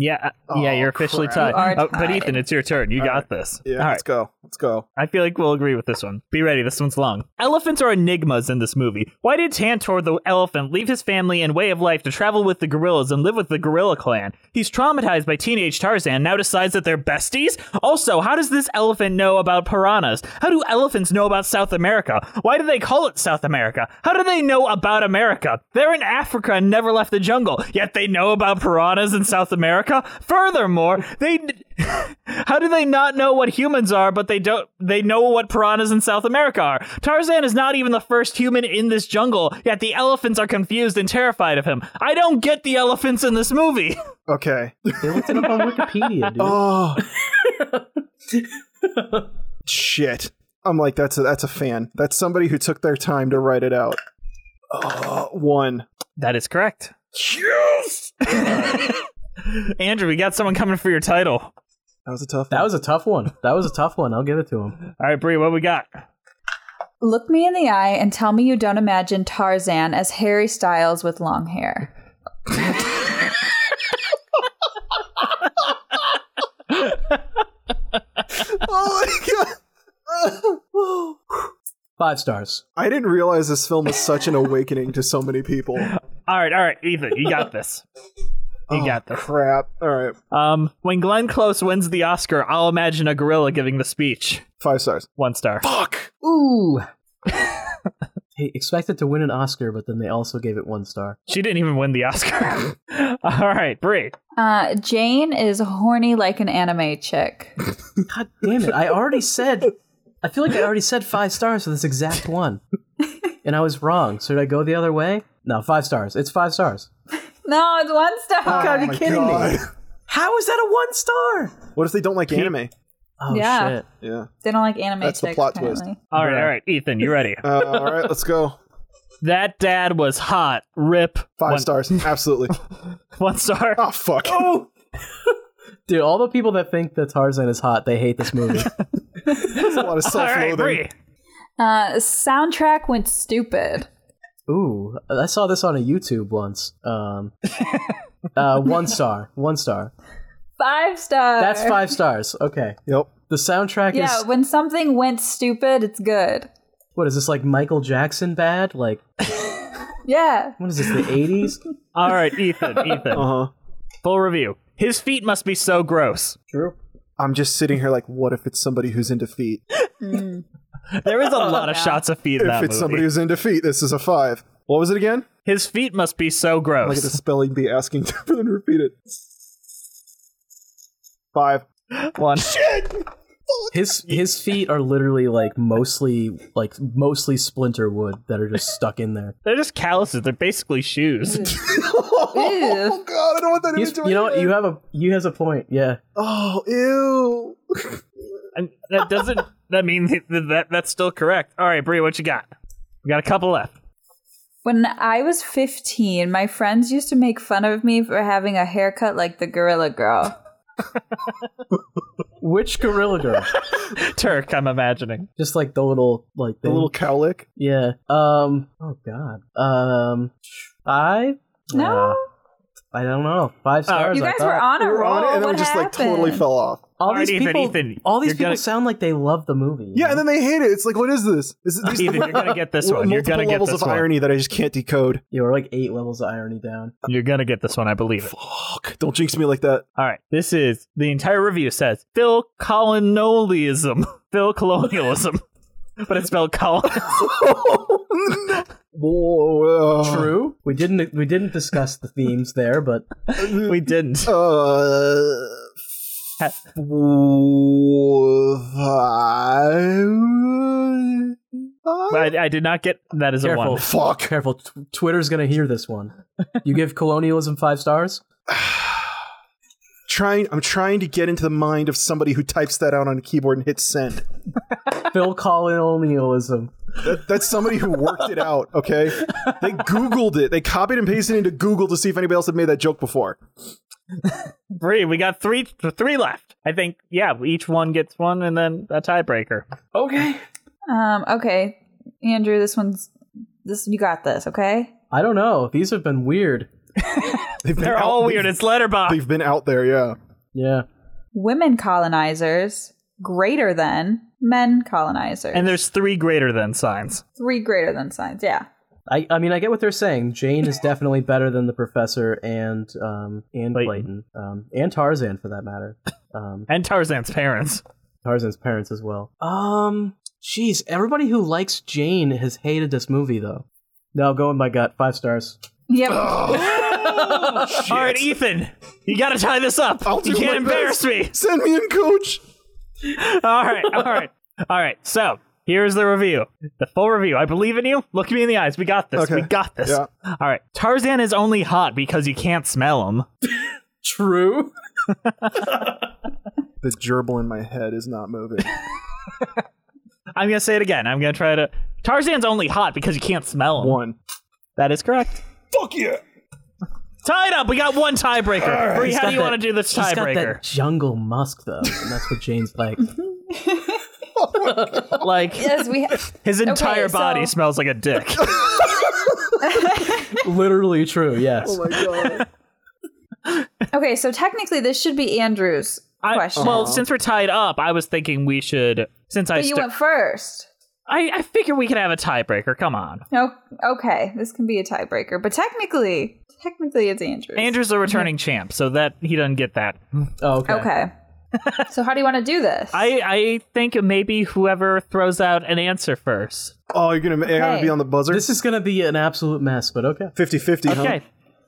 Speaker 6: Yeah, uh, yeah, you're officially
Speaker 9: crap.
Speaker 6: tied.
Speaker 8: You are
Speaker 6: Oh, but
Speaker 8: tied.
Speaker 6: Ethan, it's your turn. You got this.
Speaker 9: Yeah,
Speaker 6: All right.
Speaker 9: let's go. Let's go.
Speaker 6: I feel like we'll agree with this one. Be ready, this one's long. Elephants are enigmas in this movie. Why did Tantor the elephant leave his family and way of life to travel with the gorillas and live with the gorilla clan? He's traumatized by teenage Tarzan, and now decides that they're besties? Also, how does this elephant know about piranhas? How do elephants know about South America? Why do they call it South America? How do they know about America? They're in Africa and never left the jungle, yet they know about piranhas in South America? Furthermore, they how do they not know what humans are, but they don't? They know what piranhas in South America are. Tarzan is not even the first human in this jungle, yet the elephants are confused and terrified of him. I don't get the elephants in this movie.
Speaker 9: Okay.
Speaker 7: They looked it up on Wikipedia, dude.
Speaker 9: Oh. Shit. I'm like, that's a that's a fan. That's somebody who took their time to write it out. Uh, one.
Speaker 6: That is correct. Yes. Andrew, we got someone coming for your title. All
Speaker 9: That was a tough
Speaker 7: That
Speaker 9: one.
Speaker 7: was a tough one. That was a tough one. I'll give it to him.
Speaker 6: right, Bree, what we got?
Speaker 8: Look me in the eye and tell me you don't imagine Tarzan as Harry Styles with long hair.
Speaker 9: oh my god.
Speaker 7: Five stars.
Speaker 9: I didn't realize this film was such an awakening to so many people.
Speaker 6: All right, all right, Ethan, you got this. You
Speaker 9: Oh,
Speaker 6: got this.
Speaker 9: Crap. All right.
Speaker 6: Um, when Glenn Close wins the Oscar, I'll imagine a gorilla giving the speech.
Speaker 9: Five stars.
Speaker 6: One star.
Speaker 9: Fuck.
Speaker 7: Ooh. he expected to win an Oscar, but then they also gave it one star.
Speaker 6: She didn't even win the Oscar. all right, Bree.
Speaker 8: Uh, Jane is horny like an anime chick.
Speaker 7: God damn it! I already said. I feel like I already said five stars for this exact one, and I was wrong. So did I go the other way? No, five stars. It's five stars. Oh
Speaker 8: No, it's one star.
Speaker 7: gotta be
Speaker 9: Oh my
Speaker 7: kidding
Speaker 9: God.
Speaker 7: me. How is that a one star?
Speaker 9: What if they don't like anime?
Speaker 7: Oh
Speaker 8: Yeah.
Speaker 7: shit!
Speaker 9: Yeah.
Speaker 8: They don't like anime
Speaker 9: That's the
Speaker 8: chicks.
Speaker 9: plot twist.
Speaker 8: apparently.
Speaker 6: All right, all right, Ethan, you ready?
Speaker 9: Uh, all right, let's go.
Speaker 6: that dad was hot. Rip.
Speaker 9: Five
Speaker 6: one,
Speaker 9: stars. Absolutely.
Speaker 6: One star.
Speaker 9: oh fuck.
Speaker 7: Dude, all the people that think that Tarzan is hot, they hate this movie.
Speaker 9: That's a lot of
Speaker 6: all right,
Speaker 9: self-loathing.
Speaker 6: Bree.
Speaker 8: Uh, soundtrack went stupid.
Speaker 7: Ooh, I saw this on a YouTube once. Um, uh, one star, one star.
Speaker 8: Five stars.
Speaker 7: That's five stars. Okay.
Speaker 9: Yep.
Speaker 7: The soundtrack
Speaker 8: Yeah,
Speaker 7: is
Speaker 8: when something went stupid, it's good.
Speaker 7: what is this like Michael Jackson bad? Like
Speaker 8: Yeah.
Speaker 7: what is this the eighties?
Speaker 6: All right, Ethan, Ethan.
Speaker 9: Uh huh.
Speaker 6: Full review. His feet must be so gross.
Speaker 7: True.
Speaker 9: I'm just sitting here like, what if it's somebody who's in defeat?
Speaker 6: There is a lot of shots of feet in
Speaker 9: if
Speaker 6: that
Speaker 9: it's
Speaker 6: movie.
Speaker 9: somebody who's in defeat, this is a five. What was it again?
Speaker 6: His feet must be so
Speaker 9: Look at the
Speaker 6: gross.
Speaker 9: spelling bee asking to then repeat it. Five.
Speaker 6: One.
Speaker 7: His his feet are literally like mostly like mostly splinter wood that are just stuck in there.
Speaker 6: They're just calluses. They're basically shoes.
Speaker 9: Oh god, I don't want that
Speaker 7: He's,
Speaker 9: image. in my
Speaker 7: you know what?
Speaker 9: head.
Speaker 7: You have a you has a point. Yeah.
Speaker 9: Oh ew.
Speaker 6: and that doesn't. That means that, that that's still correct. All right, Bree, what you got? We got a couple left.
Speaker 8: When I was 15, my friends used to make fun of me for having a haircut like the Gorilla Girl.
Speaker 7: Which gorilla girl?
Speaker 6: Turk, I'm imagining.
Speaker 7: just like the little like
Speaker 9: The
Speaker 7: thing.
Speaker 9: little cowlick.
Speaker 7: Yeah. Um. Oh God. Um. I.
Speaker 8: No.
Speaker 7: Uh, I don't know. Five stars.
Speaker 8: you
Speaker 7: I
Speaker 8: guys
Speaker 7: thought.
Speaker 8: were on a
Speaker 9: We Oh, were
Speaker 8: roll.
Speaker 9: on it, and then
Speaker 8: what
Speaker 9: we just like totally
Speaker 8: happened?
Speaker 9: fell off.
Speaker 7: All
Speaker 6: Alright,
Speaker 7: these
Speaker 6: Ethan,
Speaker 7: people.
Speaker 6: Ethan,
Speaker 7: all these
Speaker 6: you're
Speaker 7: people
Speaker 6: gonna-
Speaker 7: sound like they love the movie.
Speaker 9: Yeah, and then they hate it. It's like, what is this? Is it,
Speaker 6: Ethan, you're gonna get this one. You're
Speaker 9: multiple
Speaker 6: gonna get
Speaker 9: levels
Speaker 6: this
Speaker 9: of
Speaker 6: one.
Speaker 9: irony that I just can't decode.
Speaker 7: you were like eight levels of irony down.
Speaker 6: You're gonna get this one, I believe it.
Speaker 9: Fuck! Don't jinx me like that.
Speaker 6: All right, this is the entire review says Phil colonialism, Phil colonialism, but it's spelled colon.
Speaker 7: True. We didn't we didn't discuss the themes there, but
Speaker 6: we didn't.
Speaker 9: Uh,
Speaker 6: I, I did not get that as
Speaker 7: Careful,
Speaker 6: a one.
Speaker 7: fuck. Careful. T- Twitter's gonna hear this one. You give colonialism five stars?
Speaker 9: Trying, I'm trying to get into the mind of somebody who types that out on a keyboard and hits send.
Speaker 7: Phil colonialism.
Speaker 9: That, that's somebody who worked it out. Okay, they Googled it. They copied and pasted it into Google to see if anybody else had made that joke before.
Speaker 6: Three. We got three. Three left. I think. Yeah. Each one gets one, and then a tiebreaker.
Speaker 7: Okay.
Speaker 8: Um, okay, Andrew, this one's this. You got this, okay?
Speaker 7: I don't know. These have been weird.
Speaker 9: They've been
Speaker 6: They're
Speaker 9: out-
Speaker 6: all
Speaker 9: they've-
Speaker 6: weird. It's uh, letterbox.
Speaker 9: They've been out there, yeah.
Speaker 7: Yeah.
Speaker 8: Women colonizers greater than men colonizers,
Speaker 6: And there's three greater than signs.
Speaker 8: three greater than signs. Yeah.
Speaker 7: I, I mean I get what they're saying. Jane is definitely better than the professor and um and Clayton. Um and Tarzan for that matter. Um
Speaker 6: And Tarzan's parents.
Speaker 7: Tarzan's parents as well. Um jeez, everybody who likes Jane has hated this movie though. No, go in my gut. Five stars.
Speaker 8: Yep.
Speaker 6: All right, Ethan. You got to tie this up.
Speaker 9: I'll do
Speaker 6: you can't
Speaker 9: my
Speaker 6: embarrass
Speaker 9: best.
Speaker 6: me.
Speaker 9: Send me in, coach.
Speaker 6: all right, all right, all right. So here's the review, the full review. I believe in you. Look me in the eyes. We got this.
Speaker 9: Okay.
Speaker 6: We got this.
Speaker 9: Yeah.
Speaker 6: All right. Tarzan is only hot because you can't smell him.
Speaker 7: True.
Speaker 9: The gerbil in my head is not moving.
Speaker 6: I'm gonna say it again. I'm gonna try to. Tarzan's only hot because you can't smell him.
Speaker 9: One.
Speaker 6: That is correct.
Speaker 9: Fuck yeah.
Speaker 6: Tied up. We got one tiebreaker. Bree, how do you want to do this
Speaker 7: She's got that
Speaker 6: tiebreaker?
Speaker 7: jungle musk though, and that's what Jane's like.
Speaker 6: Like
Speaker 8: Yes, we. Ha-
Speaker 6: his entire
Speaker 8: Okay, so-
Speaker 6: body smells like a dick.
Speaker 7: Literally true. Yes.
Speaker 9: Oh my god.
Speaker 8: okay, so technically this should be Andrew's
Speaker 6: I,
Speaker 8: question. Uh-huh.
Speaker 6: well, since we're tied up, I was thinking we should. Since I,
Speaker 8: but you
Speaker 6: sta-
Speaker 8: went first.
Speaker 6: I, I figure we could have a tiebreaker. Come on.
Speaker 8: No, okay, this can be a tiebreaker, but technically, technically it's Andrew's.
Speaker 6: Andrew's a returning champ, so that he doesn't get that.
Speaker 7: Oh, okay.
Speaker 8: Okay. so how do you want to do this?
Speaker 6: I, I think maybe whoever throws out an answer first.
Speaker 9: Oh, you're gonna, you're gonna
Speaker 8: Okay.
Speaker 9: be on the buzzer.
Speaker 7: This is gonna be an absolute mess, but okay.
Speaker 9: 50-50, huh?
Speaker 6: Okay.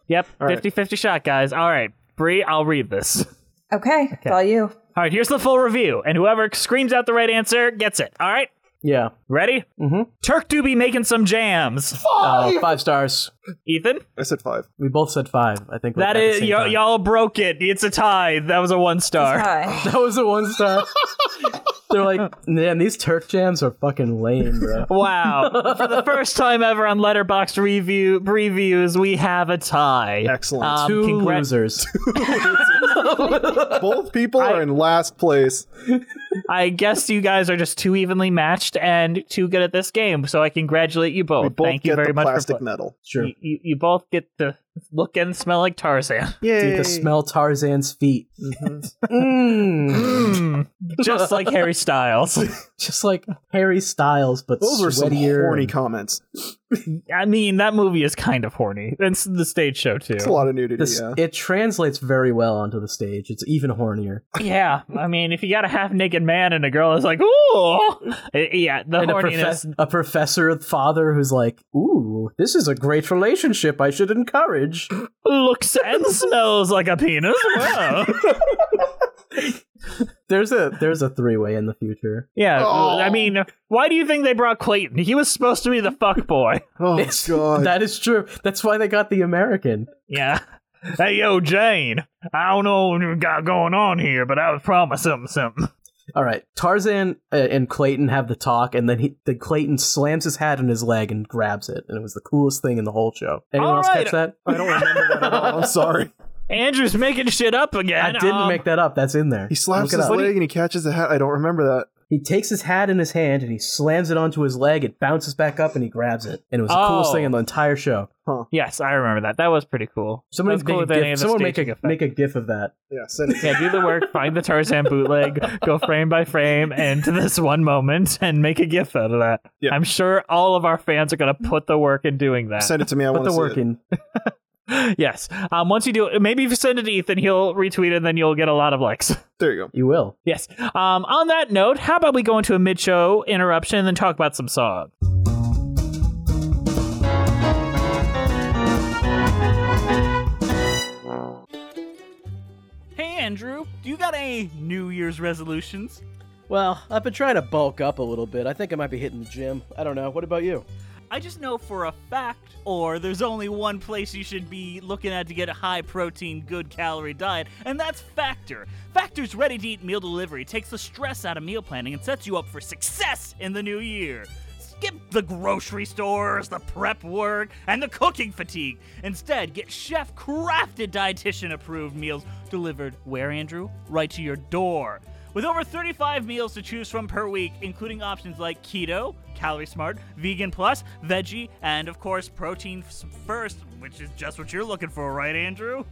Speaker 6: Yep.
Speaker 9: All right.
Speaker 6: 50 50 shot, guys. All right. Bree, I'll read this.
Speaker 8: okay, it's all you.
Speaker 6: All right. Here's the full review, and whoever screams out the right answer gets it. All right.
Speaker 7: Yeah.
Speaker 6: Ready?
Speaker 7: Mhm.
Speaker 6: Turk do be making some jams.
Speaker 7: Uh, five stars.
Speaker 6: Ethan,
Speaker 9: I said five.
Speaker 7: We both said five. I think
Speaker 6: that
Speaker 7: at the
Speaker 6: is,
Speaker 7: same
Speaker 6: y-
Speaker 7: time.
Speaker 6: y'all broke it. It's a tie. That was a one star.
Speaker 8: Hi.
Speaker 7: That was a one star. They're like, man, these Turk jams are fucking lame, bro.
Speaker 6: Wow. For the first time ever on Letterboxd review, reviews, we have a tie.
Speaker 9: Excellent.
Speaker 6: Um,
Speaker 7: Two
Speaker 6: congrat-
Speaker 7: losers.
Speaker 9: Both people are in last place.
Speaker 6: I guess you guys are just too evenly matched and too good at this game, so I congratulate you both.
Speaker 9: We both
Speaker 6: Thank
Speaker 9: get
Speaker 6: you very
Speaker 9: the
Speaker 6: much
Speaker 9: plastic
Speaker 6: for pl-
Speaker 9: medal.
Speaker 7: Sure.
Speaker 6: You, you, you both get to look and smell like Tarzan,
Speaker 7: You
Speaker 9: Yeah.
Speaker 7: get to smell Tarzan's feet. Mm-hmm. Mm.
Speaker 6: just like Harry Styles.
Speaker 7: Just like Harry Styles, but
Speaker 9: Those are some
Speaker 7: sweatier.
Speaker 9: horny comments.
Speaker 6: I mean, that movie is kind of horny. It's the stage show too.
Speaker 9: It's a lot of nudity.
Speaker 7: This-
Speaker 9: yeah.
Speaker 7: It translates very well onto the stage. It's even hornier.
Speaker 6: Yeah, I mean, if you got a half-naked man and a girl is like, "Ooh," I- yeah, the
Speaker 7: and a,
Speaker 6: horniness.
Speaker 7: profe- a professor father who's like, "Ooh, this is a great relationship. I should encourage."
Speaker 6: looks and smells like a penis. Wow.
Speaker 7: There's a there's a three way in the future.
Speaker 6: Yeah, I mean, why do you think they brought Clayton? He was supposed to be the fuck boy.
Speaker 9: Oh god.
Speaker 7: That is true. That's why they got the American.
Speaker 6: Yeah. Hey, yo, Jane. I don't know what you got going on here, but I was promised something, something.
Speaker 7: All right, Tarzan uh, and Clayton have the talk, and then he, the Clayton slams his hat on his leg and grabs it, and it was the coolest thing in the whole show. Anyone
Speaker 6: All
Speaker 7: else
Speaker 6: right.
Speaker 7: catch that?
Speaker 9: I don't remember that at all. I'm Oh, sorry.
Speaker 6: Andrew's making shit up again.
Speaker 7: I didn't
Speaker 6: Um,
Speaker 7: make that up. That's in there.
Speaker 9: He
Speaker 7: Look
Speaker 9: slaps
Speaker 7: it
Speaker 9: his
Speaker 7: up.
Speaker 9: leg and he catches the hat. I don't remember that.
Speaker 7: He takes his hat in his hand and he slams it onto his leg. It bounces back up and he grabs it, and it was the coolest
Speaker 6: Oh.
Speaker 7: thing in the entire show.
Speaker 6: Yes, I remember that. That was pretty cool.
Speaker 7: Somebody
Speaker 6: that was
Speaker 7: make,
Speaker 6: cooler
Speaker 7: a
Speaker 6: than any
Speaker 7: gif.
Speaker 6: of the
Speaker 7: Someone make a
Speaker 6: staging effects.
Speaker 7: make a gif of that.
Speaker 9: Yeah, send it.
Speaker 6: Yeah, do the work, find the Tarzan bootleg, go frame by frame and to this one moment and make a gif out of that.
Speaker 9: Yeah.
Speaker 6: I'm sure all of our fans are going to put the work in doing that.
Speaker 9: Send it to me. I
Speaker 7: Put
Speaker 9: want
Speaker 7: the
Speaker 9: to
Speaker 7: work
Speaker 9: see it.
Speaker 7: in.
Speaker 6: yes. Um, once you do it, maybe if you send it to Ethan, he'll retweet it and then you'll get a lot of likes.
Speaker 9: There you go.
Speaker 7: You will.
Speaker 6: Yes. Um, on that note, how about we go into a mid show interruption and then talk about some songs? Andrew, do you got any New Year's resolutions?
Speaker 7: Well, I've been trying to bulk up a little bit. I think I might be hitting the gym. I don't know. What about you?
Speaker 6: I just know for a fact, or there's only one place you should be looking at to get a high protein, good calorie diet, and that's Factor. Factor's ready to eat meal delivery takes the stress out of meal planning and sets you up for success in the new year. Skip the grocery stores, the prep work, and the cooking fatigue. Instead, get chef crafted dietitian approved meals delivered where, Andrew? Right to your door. With over 35 meals to choose from per week, including options like keto, calorie smart, vegan plus, veggie, and of course, protein f- first, which is just what you're looking for, right, Andrew?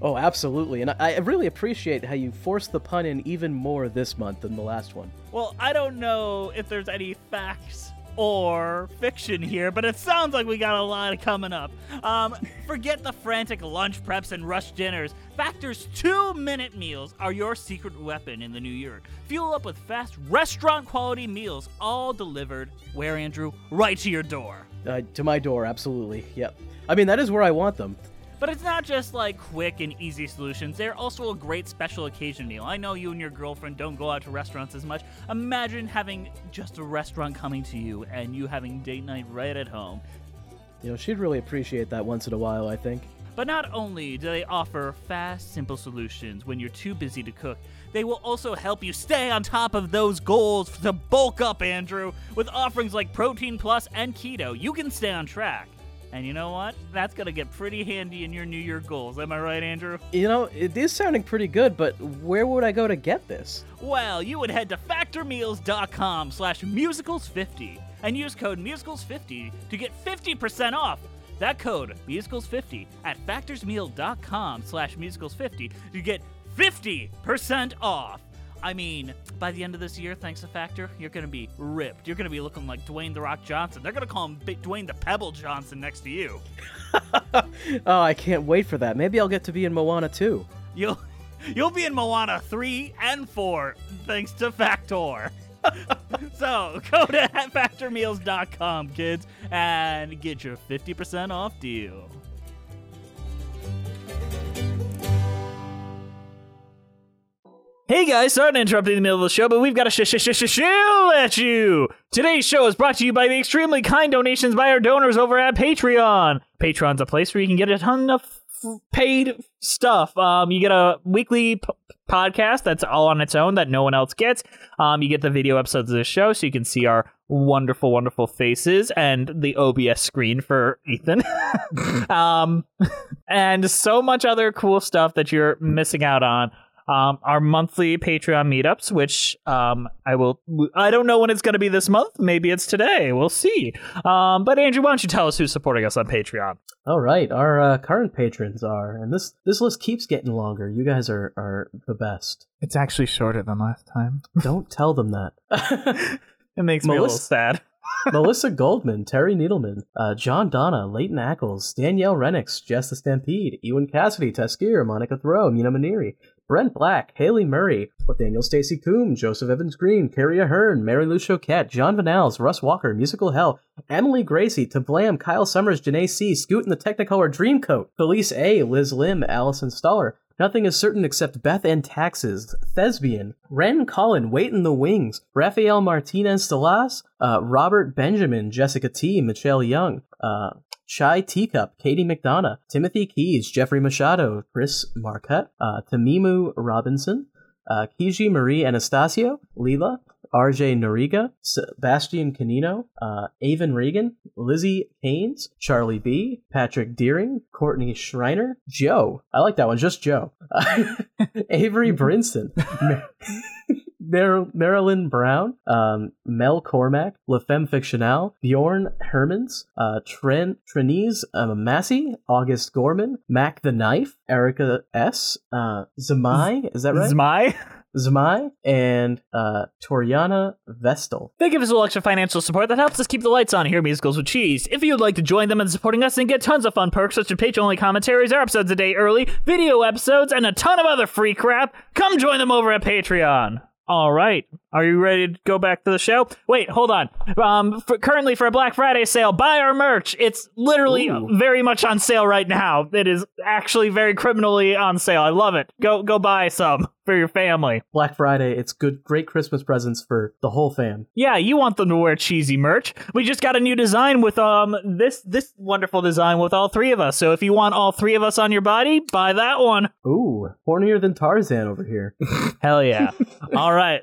Speaker 7: Oh, absolutely. And I, I really appreciate how you forced the pun in even more this month than the last one.
Speaker 6: Well, I don't know if there's any facts or fiction here, but it sounds like we got a lot coming up. Um, forget the frantic lunch preps and rush dinners. Factor's two minute meals are your secret weapon in the new year. Fuel up with fast, restaurant quality meals, all delivered, where, Andrew? Right to your door.
Speaker 7: Uh, to my door, absolutely. Yep. I mean, that is where I want them.
Speaker 6: But it's not just like quick and easy solutions. They're also a great special occasion meal. I know you and your girlfriend don't go out to restaurants as much. Imagine having just a restaurant coming to you and you having date night right at home.
Speaker 7: You know, she'd really appreciate that once in a while, I think.
Speaker 6: But not only do they offer fast, simple solutions when you're too busy to cook, they will also help you stay on top of those goals to bulk up, Andrew. With offerings like Protein Plus and Keto, you can stay on track. And you know what? That's going to get pretty handy in your New Year goals. Am I right, Andrew?
Speaker 7: You know, it is sounding pretty good, but where would I go to get this?
Speaker 6: Well, you would head to factormeals.com slash musicals50 and use code musicals50 to get 50% off. That code, musicals50, at factorsmeal.com slash musicals50 to get 50% off. I mean, by the end of this year, thanks to Factor, you're going to be ripped. You're going to be looking like Dwayne The Rock Johnson. They're going to call him Big Dwayne the Pebble Johnson next to you.
Speaker 7: Oh, I can't wait for that. Maybe I'll get to be in Moana too.
Speaker 6: You'll, you'll be in Moana 3 and 4 thanks to Factor. so go to factormeals.com, kids, and get your 50% off deal. Hey guys, sorry to interrupt in the middle of the show, but we've got a sh- sh- sh- sh- shill at you! Today's show is brought to you by the extremely kind donations by our donors over at Patreon. Patreon's a place where you can get a ton of f- paid stuff. Um, you get a weekly p- podcast that's all on its own that no one else gets. Um, you get the video episodes of this show so you can see our wonderful, wonderful faces and the OBS screen for Ethan. um, and so much other cool stuff that you're missing out on. Um, our monthly Patreon meetups, which um, I will, I don't know when it's going to be this month. Maybe it's today. We'll see. Um, but Andrew, why don't you tell us who's supporting us on Patreon?
Speaker 7: All right, our uh, current patrons are, and this this list keeps getting longer. You guys are are the best.
Speaker 6: It's actually shorter than last time.
Speaker 7: Don't tell them that.
Speaker 6: It makes me a little
Speaker 7: Melissa-
Speaker 6: sad.
Speaker 7: Melissa Goldman, Terry Needleman, uh, John Donna, Leighton Ackles, Danielle Renix, Jess the Stampede, Ewan Cassidy, Taskier, Monica Thoreau, Mina Maniri, Brent Black, Haley Murray, Nathaniel Stacy Coombe, Joseph Evans Green, Carrie Ahern, Mary Lou Choquette, John Vanals, Russ Walker, Musical Hell, Emily Gracie, To Blam, Kyle Summers, Janae C., Scoot in the Technicolor Dreamcoat, Felice A., Liz Lim, Allison Stoller, Nothing is certain except Beth and taxes. Thesbian, Ren Collin, Wait in the Wings, Rafael Martinez Stelas, uh, Robert Benjamin, Jessica T, Michelle Young, uh, Chai Teacup, Katie McDonough, Timothy Keys, Jeffrey Machado, Chris Marquette, uh, Tamimu Robinson, uh, Kiji Marie Anastasio, Leela, RJ Noriga, Sebastian Canino, uh, Avon Regan, Lizzie Haynes, Charlie B, Patrick Deering, Courtney Schreiner, Joe. I like that one, just Joe. Avery Brinson, Mar- Mar- Marilyn Brown, um, Mel Cormack, La Femme Fictionale, Bjorn Hermans, uh, Tren- Trenise uh, Massey, August Gorman, Mac the Knife, Erica S, uh, Zamai, is that right?
Speaker 6: Zmai?
Speaker 7: Zamai and uh, Toriana Vestal.
Speaker 6: They give us a little extra financial support that helps us keep the lights on here, at Musicals with Cheese. If you'd like to join them in supporting us and get tons of fun perks such as page-only commentaries, our episodes a day early, video episodes, and a ton of other free crap, come join them over at Patreon. All right. Are you ready to go back to the show? Wait, hold on. Um, for, currently for a Black Friday sale, buy our merch. It's literally very much on sale right now. It is actually very criminally on sale. I love it. Go go buy some for your family.
Speaker 7: Black Friday, it's good, great Christmas presents for the whole fam.
Speaker 6: Yeah, you want them to wear cheesy merch. We just got a new design with um this this wonderful design with all three of us. So if you want all three of us on your body, buy that one.
Speaker 7: Ooh, hornier than Tarzan over here.
Speaker 6: Hell yeah. all right.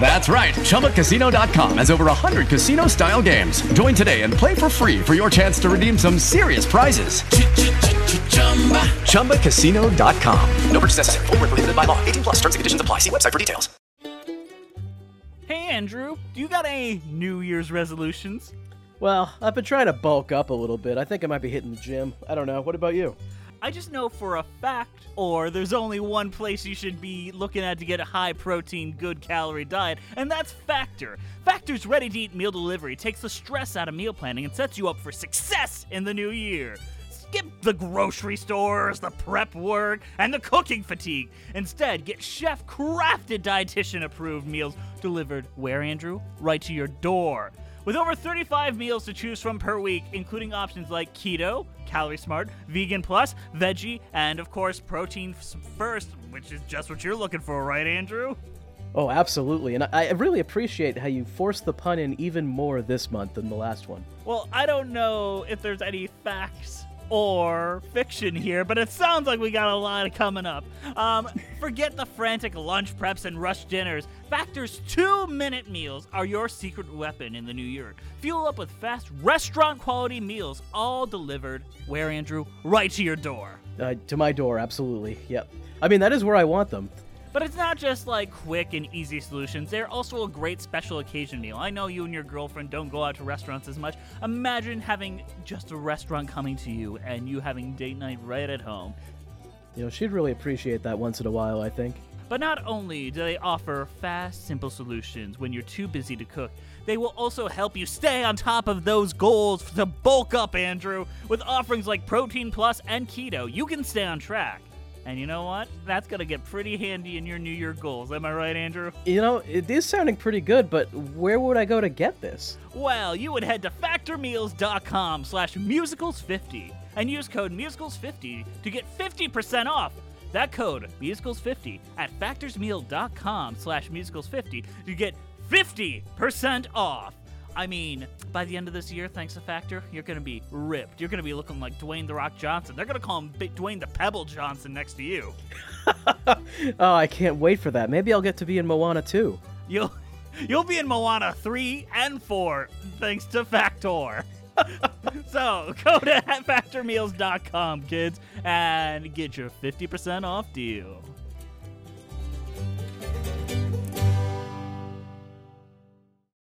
Speaker 11: That's right. ChumbaCasino.com has over 100 casino style games. Join today and play for free for your chance to redeem some serious prizes. ChumbaCasino.com. No purchase necessary. Void where prohibited by law. 18 plus terms and conditions apply. See website for details.
Speaker 6: Hey Andrew, do you got any New Year's resolutions?
Speaker 7: Well, I've been trying to bulk up a little bit. I think I might be hitting the gym. I don't know. What about you?
Speaker 6: I just know for a fact, or there's only one place you should be looking at to get a high protein, good calorie diet, and that's Factor. Factor's ready to eat meal delivery takes the stress out of meal planning and sets you up for success in the new year. Skip the grocery stores, the prep work, and the cooking fatigue. Instead, get chef crafted, dietitian approved meals delivered where, Andrew? Right to your door. With over 35 meals to choose from per week, including options like keto, calorie smart, vegan plus, veggie, and of course, protein f- first, which is just what you're looking for, right, Andrew?
Speaker 7: Oh, absolutely. And I, I really appreciate how you forced the pun in even more this month than the last one.
Speaker 6: Well, I don't know if there's any facts or fiction here, but it sounds like we got a lot coming up. Um, forget the frantic lunch preps and rush dinners. Factor's two minute meals are your secret weapon in the new year. Fuel up with fast, restaurant quality meals, all delivered, where, Andrew? Right to your door.
Speaker 7: Uh, to my door, absolutely. Yep. I mean, that is where I want them.
Speaker 6: But it's not just like quick and easy solutions. They're also a great special occasion meal. I know you and your girlfriend don't go out to restaurants as much. Imagine having just a restaurant coming to you and you having date night right at home.
Speaker 7: You know, she'd really appreciate that once in a while, I think.
Speaker 6: But not only do they offer fast, simple solutions when you're too busy to cook, they will also help you stay on top of those goals to bulk up, Andrew. With offerings like Protein Plus and Keto, you can stay on track. And you know what? That's going to get pretty handy in your New Year goals. Am I right, Andrew?
Speaker 7: You know, it is sounding pretty good, but where would I go to get this?
Speaker 6: Well, you would head to factormeals.com slash musicals50 and use code musicals50 to get 50% off. That code, musicals50, at factorsmeal.com slash musicals50 to get 50% off. I mean, by the end of this year, thanks to Factor, you're going to be ripped. You're going to be looking like Dwayne The Rock Johnson. They're going to call him Big Dwayne the Pebble Johnson next to you.
Speaker 7: Oh, I can't wait for that. Maybe I'll get to be in Moana too.
Speaker 6: You'll you'll be in Moana 3 and 4 thanks to Factor. so, go to factormeals.com, kids, and get your 50% off deal.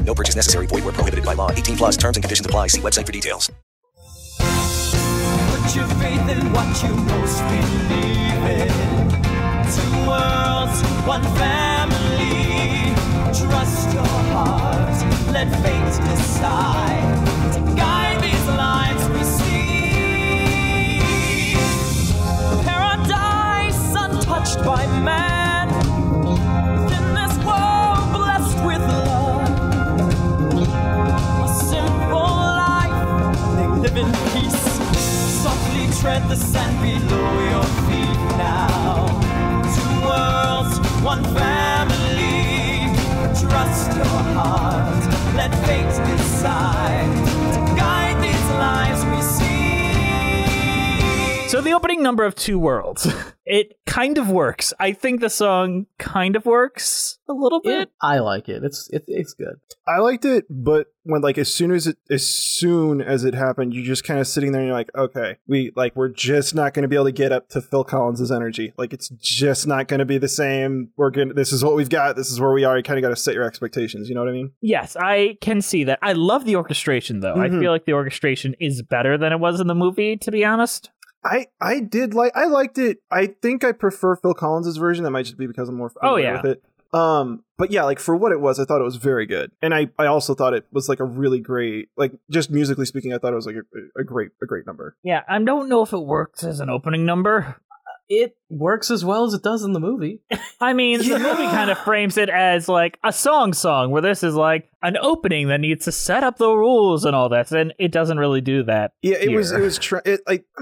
Speaker 2: No purchase necessary. Void where prohibited by law. 18 plus terms and conditions apply. See website for details.
Speaker 10: Put your faith in what you most believe in. Two worlds, one family. Trust your heart, let fate decide. To guide these lives we see.
Speaker 12: live in peace. Softly tread the sand below your feet now. Two worlds, one family. Trust your heart, let fate decide to guide these lives we see.
Speaker 6: So the opening number of Two Worlds, it kind of works. I think the song kind of works a little bit. Uh,
Speaker 7: I like it. It's it, it's good.
Speaker 9: I liked it, but when like as soon as it as soon as it happened, you're just kind of sitting there and you're like, okay, we like we're just not going to be able to get up to Phil Collins's energy. Like it's just not going to be the same. We're going to this is what we've got. This is where we are. You kind of got to set your expectations. You know what I mean?
Speaker 6: Yes, I can see that. I love the orchestration though. I
Speaker 9: Mhm.
Speaker 6: feel like the orchestration is better than it was in the movie, to be honest.
Speaker 9: I I did like I liked it. I think I prefer Phil Collins's version. That might just be because I'm more familiar
Speaker 6: yeah.
Speaker 9: with it. Um, but yeah, like for what it was, I thought it was very good, and I I also thought it was like a really great like just musically speaking, I thought it was like a, a great a great number.
Speaker 6: Yeah, I don't know if it works as an opening number.
Speaker 7: Mm. It works as well as it does in the movie.
Speaker 6: I mean, the movie kind of frames it as like a song song, where this is like an opening that needs to set up the rules and all that, and it doesn't really do that.
Speaker 9: Yeah, it was it
Speaker 6: here.
Speaker 9: was tr- it, like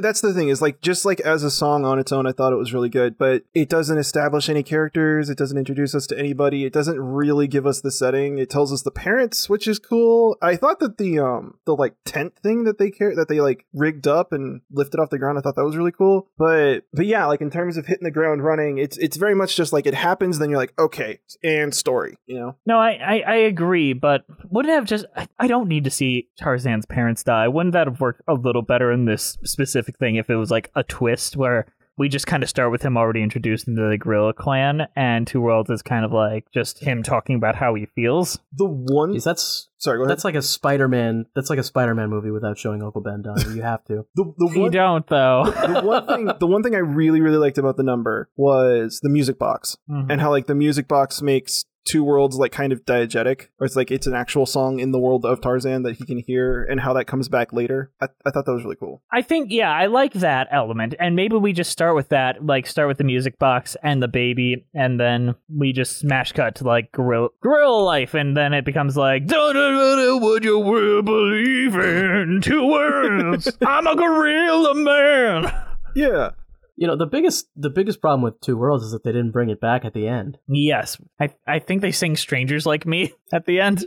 Speaker 9: that's the thing is like just like as a song on its own, I thought it was really good, but it doesn't establish any characters. It doesn't introduce us to anybody. It doesn't really give us the setting. It tells us the parents, which is cool. I thought that the um the like tent thing that they care that they like rigged up and lifted off the ground, I thought that was really cool. But but yeah, like in terms of hitting the ground running, it's it's very much just like it happens. Then you're like okay, and story, you know.
Speaker 6: No, I, I, I agree, but wouldn't it have just. I, I don't need to see Tarzan's parents die. Wouldn't that have worked a little better in this specific thing if it was like a twist where we just kind of start with him already introduced into the Gorilla Clan and Two Worlds is kind of like just him talking about how he feels?
Speaker 9: The one
Speaker 7: that's
Speaker 9: sorry. Go ahead.
Speaker 7: That's like a Spider-Man. That's like a Spider-Man movie without showing Uncle Ben dying. You have to.
Speaker 9: the, the
Speaker 6: You
Speaker 9: one-
Speaker 6: don't, though.
Speaker 9: the one thing the one thing I really really liked about the number was the music box
Speaker 6: Mhm.
Speaker 9: and how like the music box makes two worlds like kind of diegetic or it's like it's an actual song in the world of Tarzan that he can hear and how that comes back later I, I thought that was really cool
Speaker 6: I think yeah, I like that element, and maybe we just start with that, like start with the music box and the baby, and then we just smash cut to like gorilla gorilla life, and then it becomes like don't would you will believe in two worlds? I'm a gorilla man.
Speaker 9: Yeah.
Speaker 7: You know the biggest the biggest problem with Two Worlds is that they didn't bring it back at the end.
Speaker 6: Yes, I I think they sing "Strangers Like Me" at the end.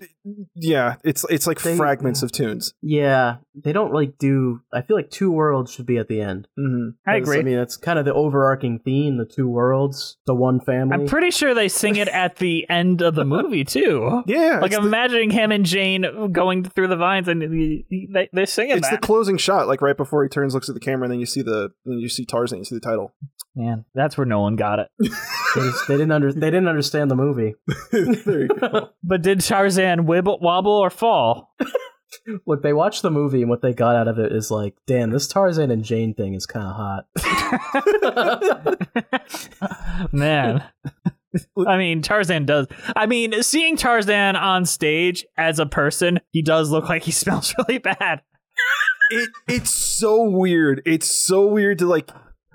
Speaker 9: yeah it's it's like fragments of tunes
Speaker 7: Yeah, they don't really do. I feel like Two Worlds should be at the end.
Speaker 9: Mm-hmm.
Speaker 6: I agree.
Speaker 7: I mean, that's kind of the overarching theme: the two worlds, the one family.
Speaker 6: I'm pretty sure they sing it at the end of the movie too.
Speaker 9: Yeah,
Speaker 6: like
Speaker 9: it's the-
Speaker 6: imagining him and Jane going through the vines, and they, they're singing
Speaker 9: it's
Speaker 6: that.
Speaker 9: the closing shot like right before he turns looks at the camera and then you see the and you see Tarzan you see the title
Speaker 6: Man, that's where no one got it.
Speaker 7: they, just- they didn't under they didn't understand the movie.
Speaker 6: But did Tarzan wibble, wobble or fall?
Speaker 7: Look, they watched the movie, and what they got out of it is like, damn, this Tarzan and Jane thing is kind of hot.
Speaker 6: Man. I mean, Tarzan does. I mean, seeing Tarzan on stage as a person, he does look like he smells really bad.
Speaker 9: it it's so weird. It's so weird to like.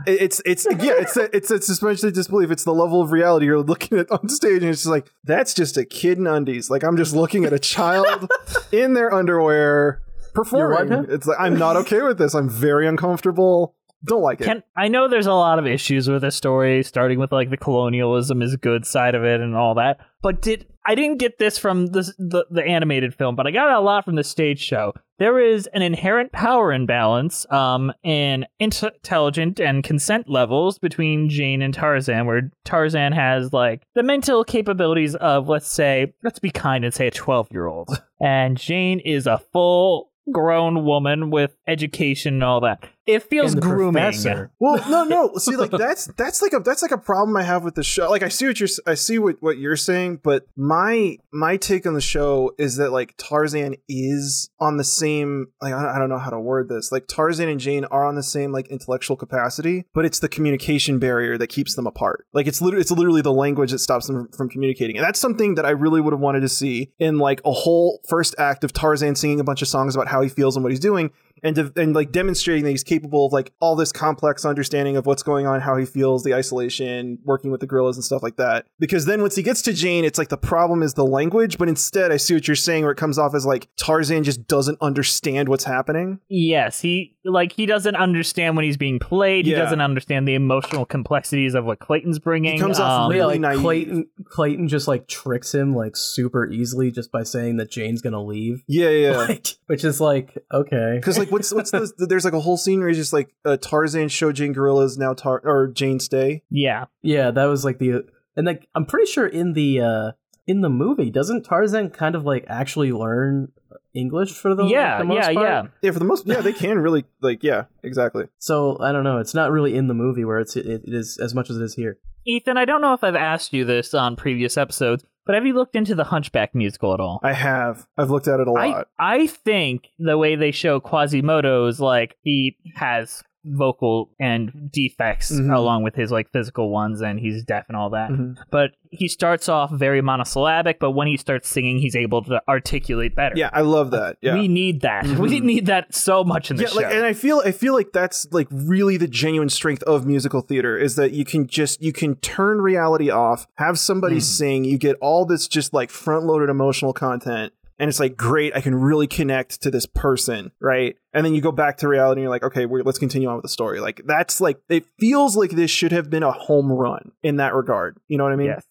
Speaker 9: it- It's it's yeah. It's that it's that suspension of disbelief. It's the level of reality you're looking at on stage, and it's just like that's just a kid in undies. Like I'm just looking at a child in their underwear
Speaker 6: You're
Speaker 9: performing.
Speaker 6: what now?
Speaker 9: It's like I'm not okay with this. I'm very uncomfortable. Don't like it.
Speaker 6: Can I know there's a lot of issues with this story, starting with like the colonialism is good side of it and all that. But did I didn't get this from this, the the animated film, but I got it a lot from the stage show. There is an inherent power imbalance um, in int- intelligent and consent levels between Jane and Tarzan, where Tarzan has like the mental capabilities of, let's say, let's be kind and say a 12 year old. And Jane is a full grown woman with education and all that. It feels
Speaker 7: And the
Speaker 6: grooming.
Speaker 7: professor.
Speaker 9: Well, no, no. See, like that's that's like a that's like a problem I have with the show. Like I see what you're I see what what you're saying, but my my take on the show is that like Tarzan is on the same like I don't, I don't know how to word this. Like Tarzan and Jane are on the same like intellectual capacity, but it's the communication barrier that keeps them apart. Like it's literally it's literally the language that stops them from communicating, and that's something that I really would have wanted to see in like a whole first act of Tarzan singing a bunch of songs about how he feels and what he's doing and de- and like demonstrating that he's capable of like all this complex understanding of what's going on, how he feels, the isolation, working with the gorillas and stuff like that. Because then once he gets to Jane, it's like the problem is the language, but instead I see what you're saying where it comes off as like Tarzan just doesn't understand what's happening.
Speaker 6: Yes, he like he doesn't understand when he's being played. He
Speaker 9: Yeah.
Speaker 6: doesn't understand the emotional complexities of what Clayton's bringing. Um,
Speaker 7: yeah, like Clayton. Clayton just like tricks him like super easily just by saying that Jane's gonna leave.
Speaker 9: Yeah, yeah.
Speaker 7: Like, which is like okay,
Speaker 9: Because like what's what's the there's like a whole scene where he's just like uh, Tarzan show Jane gorillas now Tar or Jane stay.
Speaker 6: Yeah.
Speaker 7: Yeah, that was like the and like um, I'm pretty sure in the uh in the movie doesn't Tarzan kind of like actually learn English for the
Speaker 6: Yeah,
Speaker 7: the most
Speaker 6: yeah,
Speaker 7: part?
Speaker 6: yeah.
Speaker 9: Yeah, for the most yeah they can really like yeah exactly.
Speaker 7: So I don't know, it's not really in the movie where it's it, it is as much as it is here.
Speaker 6: Ethan, I don't know if I've asked you this on previous episodes, but have you looked into the Hunchback musical at all?
Speaker 9: I have. I've looked at it a lot.
Speaker 6: I think the way they show Quasimodo is like he has vocal and defects
Speaker 9: Mhm.
Speaker 6: along with his like physical ones and he's deaf and all that.
Speaker 9: Mhm.
Speaker 6: But he starts off very monosyllabic, but when he starts singing he's able to articulate better.
Speaker 9: Yeah, I love that. Yeah.
Speaker 6: We need that. We
Speaker 9: Mhm.
Speaker 6: need that so much in the
Speaker 9: yeah,
Speaker 6: show.
Speaker 9: like, and I feel I feel like that's like really the genuine strength of musical theater is that you can just you can turn reality off, have somebody
Speaker 6: Hmm.
Speaker 9: sing, you get all this just like front loaded emotional content, and it's like great, I can really connect to this person, right? And then you go back to reality, and you're like, okay, we're, let's continue on with the story. Like that's like it feels like this should have been a home run in that regard. You know what I mean?
Speaker 6: Yes.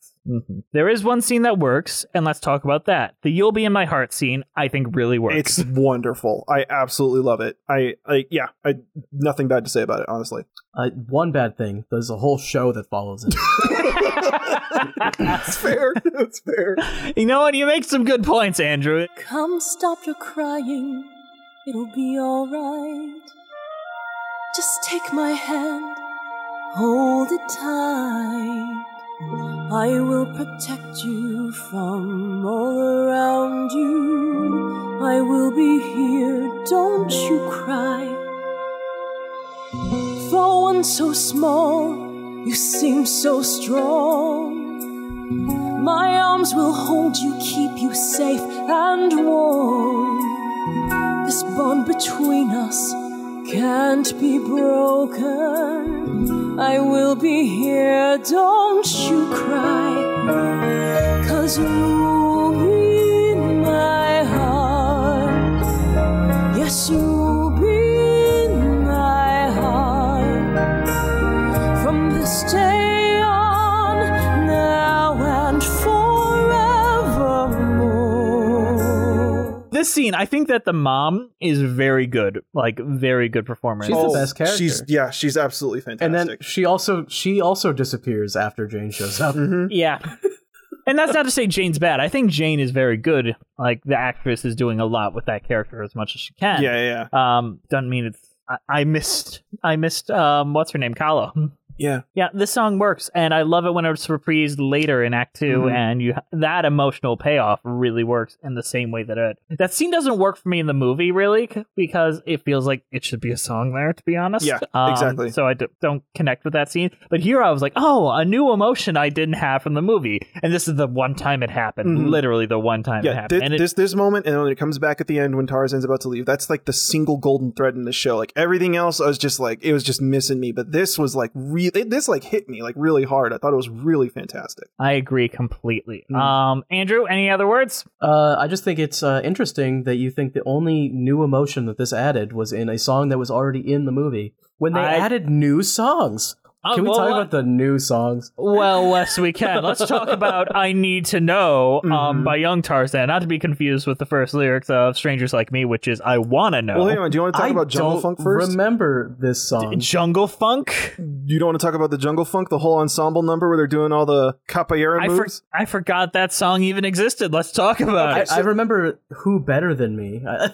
Speaker 6: There is one scene that works, and let's talk about that. The "You'll Be in My Heart" scene, I think, really works.
Speaker 9: It's wonderful. I absolutely love it. I, I yeah, I nothing bad to say about it, honestly.
Speaker 7: Uh, one bad thing, there's a whole show that follows it.
Speaker 9: That's fair. That's fair.
Speaker 6: you know what? You make some good points, Andrew.
Speaker 10: Come, stop your crying. It'll be alright. Just take my hand, hold it tight. I will protect you from all around you. I will be here, don't you cry. For one so small, you seem so strong. My arms will hold you, keep you safe and warm. This bond between us can't be broken. I will be here, don't you cry. Cause you'll be in my heart. Yes, you'll be in my heart. From this day on, now and forevermore.
Speaker 6: This scene, I think that the mom is very good, like very good performer.
Speaker 7: She's
Speaker 9: Oh.
Speaker 7: the best character.
Speaker 9: She's yeah, she's absolutely
Speaker 7: and
Speaker 9: fantastic.
Speaker 7: then she also she also disappears after Jane shows up.
Speaker 6: Yeah. And that's not to say Jane's bad. I think Jane is very good. Like the actress is doing a lot with that character as much as she can.
Speaker 9: Yeah, yeah,
Speaker 6: yeah. Um, doesn't mean it's. I, I missed. I missed. Um, what's her name? Kala.
Speaker 9: yeah.
Speaker 6: Yeah, this song works, and I love it when it's reprised later in Act 2
Speaker 9: Mhm.
Speaker 6: and you that emotional payoff really works in the same way that it. That scene doesn't work for me in the movie, really, c- because it feels like it should be a song there, to be honest.
Speaker 9: Yeah,
Speaker 6: Um,
Speaker 9: exactly.
Speaker 6: So I d- don't connect with that scene. But here I was like, oh, a new emotion I didn't have from the movie, and this is the one time it happened.
Speaker 9: Mhm.
Speaker 6: Literally, the one time it
Speaker 9: Yeah,
Speaker 6: happened.
Speaker 9: thi-
Speaker 6: and it,
Speaker 9: this this moment, and then when it comes back at the end when Tarzan's about to leave, that's like the single golden thread in the show. Like everything else, I was just like, it was just missing me. But this was like really, this like hit me like really hard. I thought it was really fantastic.
Speaker 7: Oh,
Speaker 6: I agree completely.
Speaker 9: Mm.
Speaker 6: Um, Andrew, any other words?
Speaker 7: Uh, I just think it's uh, interesting that you think the only new emotion that this added was in a song that was already in the movie. When they
Speaker 6: I-
Speaker 7: added new songs,
Speaker 6: Oh,
Speaker 7: can we
Speaker 6: well,
Speaker 7: talk
Speaker 6: uh,
Speaker 7: about the new songs?
Speaker 6: Well, yes, we can. Let's talk about "I Need to Know" um,
Speaker 7: Mm-hmm.
Speaker 6: by Young Tarzan, not to be confused with the first lyrics of "Strangers Like Me," which is "I Wanna Know."
Speaker 9: Well, hang on. Do you want to talk
Speaker 7: I
Speaker 9: about Jungle
Speaker 7: don't
Speaker 9: Funk first?
Speaker 7: Remember this song?
Speaker 6: Jungle Funk.
Speaker 9: you don't want to talk about the Jungle Funk, the whole ensemble number where they're doing all the capoeira
Speaker 6: I, for-
Speaker 9: moves?
Speaker 6: I forgot that song even existed. Let's talk about
Speaker 7: I,
Speaker 6: it.
Speaker 7: I remember who better than me. I,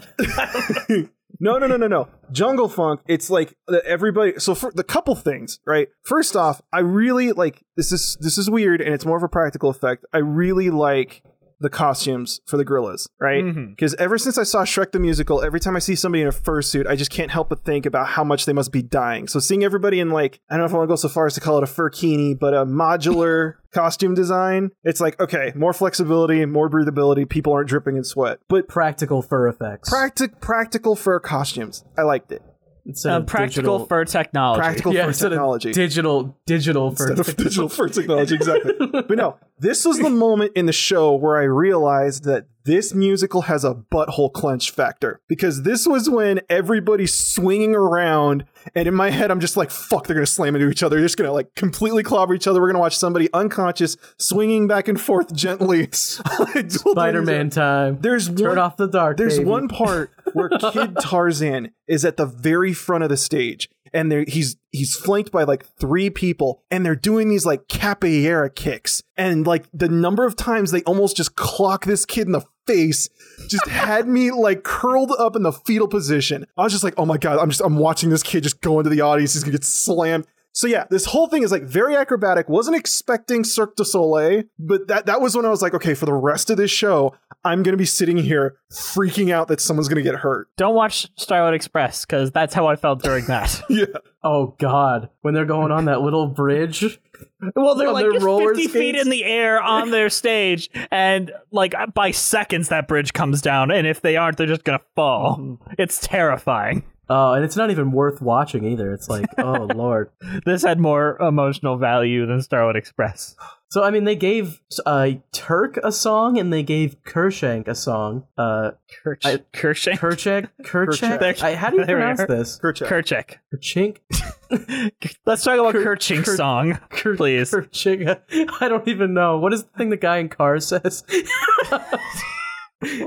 Speaker 9: No, no, no, no, no. Jungle Funk, it's like the- everybody. So for the couple things, right? First off, I really like this is this is weird and it's more of a practical effect. I really like the costumes for the gorillas, right?
Speaker 6: Mhm.
Speaker 9: Because ever since I saw Shrek the Musical, every time I see somebody in a fursuit, I just can't help but think about how much they must be dying. So seeing everybody in like, I don't know if I want to go so far as to call it a furkini, but a modular costume design, it's like, okay, more flexibility, more breathability, people aren't dripping in sweat. But
Speaker 7: practical fur effects.
Speaker 9: Practic- practical fur costumes. I liked it.
Speaker 7: It's
Speaker 6: Uh, practical fur technology.
Speaker 9: Practical fur technology.
Speaker 7: digital digital fur.
Speaker 9: Instead of digital fur technology, exactly. but no, this was the moment in the show where I realized that this musical has a butthole clench factor because this was when everybody's swinging around, and in my head, I'm just like, "Fuck, they're gonna slam into each other. They're just gonna like completely clobber each other. We're gonna watch somebody unconscious swinging back and forth gently." Spider-Man
Speaker 7: time.
Speaker 9: There's turn one,
Speaker 7: off the dark.
Speaker 9: There's
Speaker 7: baby.
Speaker 9: one part where Kid Tarzan is at the very front of the stage, and there he's he's flanked by like three people, and they're doing these like capoeira kicks, and like the number of times they almost just clock this kid in the face just had me like curled up in the fetal position. I was just like, oh my god, I'm just I'm watching this kid just go into the audience. He's gonna get slammed. So yeah, this whole thing is like very acrobatic. Wasn't expecting Cirque du Soleil, but that that was when I was like, okay, for the rest of this show, I'm gonna be sitting here freaking out that someone's gonna get hurt.
Speaker 6: Don't watch Starlight Express because that's how I felt during that.
Speaker 9: yeah.
Speaker 7: Oh God! When they're going on that little bridge,
Speaker 6: Well, they're
Speaker 7: On
Speaker 6: like
Speaker 7: their
Speaker 6: just
Speaker 7: roller
Speaker 6: 50 feet
Speaker 7: skates?
Speaker 6: in the air on their stage, and like by seconds that bridge comes down, and if they aren't, they're just gonna fall. It's terrifying.
Speaker 7: Mm-hmm. oh, and it's not even worth watching either. It's like, oh Lord.
Speaker 6: This had more emotional value than Starlight Express.
Speaker 7: So I mean, they gave uh, Turk a song, and they gave Kershank a song. Uh,
Speaker 6: Kirch-
Speaker 7: I,
Speaker 6: Kershank,
Speaker 7: Kerchak, Kerchak.
Speaker 6: Kerchak.
Speaker 7: I, how do you
Speaker 6: There we
Speaker 7: pronounce
Speaker 6: are.
Speaker 7: this?
Speaker 9: Kerchak.
Speaker 6: Kerchak.
Speaker 7: Kerchink.
Speaker 6: Let's talk about Kerching song, please.
Speaker 7: Kerchik. I don't even know what is the thing the guy in Cars says.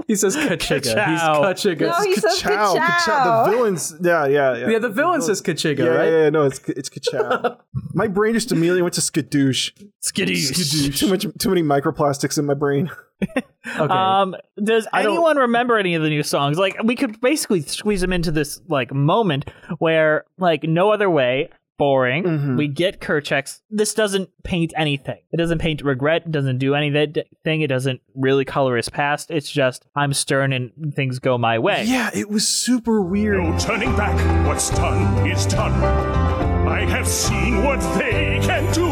Speaker 7: he says Kachiga. He's
Speaker 9: Ka-chow.
Speaker 7: Kachiga.
Speaker 8: No, he says
Speaker 9: Ka-chow, ka-chow. The villains, yeah, yeah, yeah.
Speaker 7: Yeah, the villain says Kachiga,
Speaker 9: yeah,
Speaker 7: right?
Speaker 9: yeah, yeah, no, it's it's Kachow. my brain just immediately went to skadoosh.
Speaker 6: Skadoosh.
Speaker 9: Too much, too many microplastics in my brain.
Speaker 7: Okay.
Speaker 6: Um, does
Speaker 9: I don't-
Speaker 6: anyone remember any of the new songs? Like, we could basically squeeze them into this like moment where, like, no other way. Boring. We get Kerchak's. This doesn't paint anything. It doesn't paint regret. It doesn't do any of that d- thing. It doesn't really color his past. It's just I'm stern and things go my way.
Speaker 9: Yeah, it was super weird.
Speaker 13: No turning back. What's done is done. I have seen what they can do.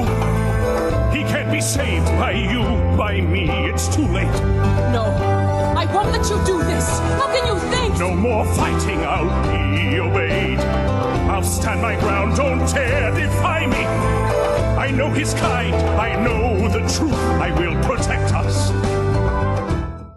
Speaker 13: He can't be saved by you, by me. It's too late.
Speaker 12: No, I won't let you do this. How can you think?
Speaker 13: No more fighting. I'll be obeyed. I'll stand my ground. Don't dare defy me. I know his kind. I know the truth. I will protect us.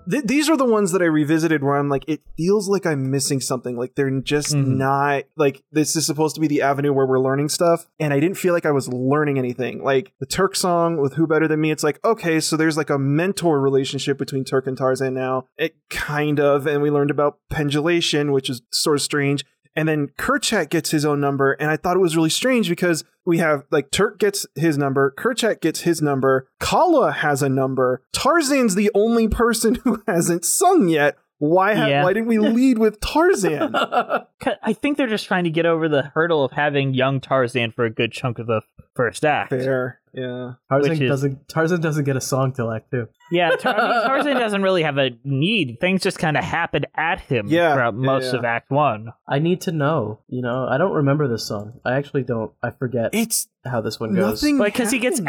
Speaker 9: Th- these are the ones that I revisited where I'm like, it feels like I'm missing something. Like they're just not like this is supposed to be the avenue where we're learning stuff, and I didn't feel like I was learning anything. Like the Turk song with "Who Better Than Me," it's like okay, so there's like a mentor relationship between Turk and Tarzan now. It kind of, and we learned about pendulation, which is sort of strange. And then Kerchak gets his own number. And I thought it was really strange because we have like Turk gets his number, Kerchak gets his number, Kala has a number, Tarzan's the only person who hasn't sung yet. Why ha-
Speaker 6: Yeah.
Speaker 9: why didn't we lead with Tarzan?
Speaker 6: Ca- I think they're just trying to get over the hurdle of having young Tarzan for a good chunk of the first act.
Speaker 9: Fair, yeah.
Speaker 7: Tarzan
Speaker 6: Which is-
Speaker 7: doesn't. Tarzan doesn't get a song till Act Two.
Speaker 6: Yeah, Tar- I mean, Tarzan doesn't really have a need. Things just kind of happen at him
Speaker 7: Yeah,
Speaker 6: throughout most
Speaker 7: yeah.
Speaker 6: of Act One.
Speaker 7: I need to know. You know, I don't remember this song. I actually don't. I forget.
Speaker 9: It's
Speaker 7: how this one goes.
Speaker 6: like because he gets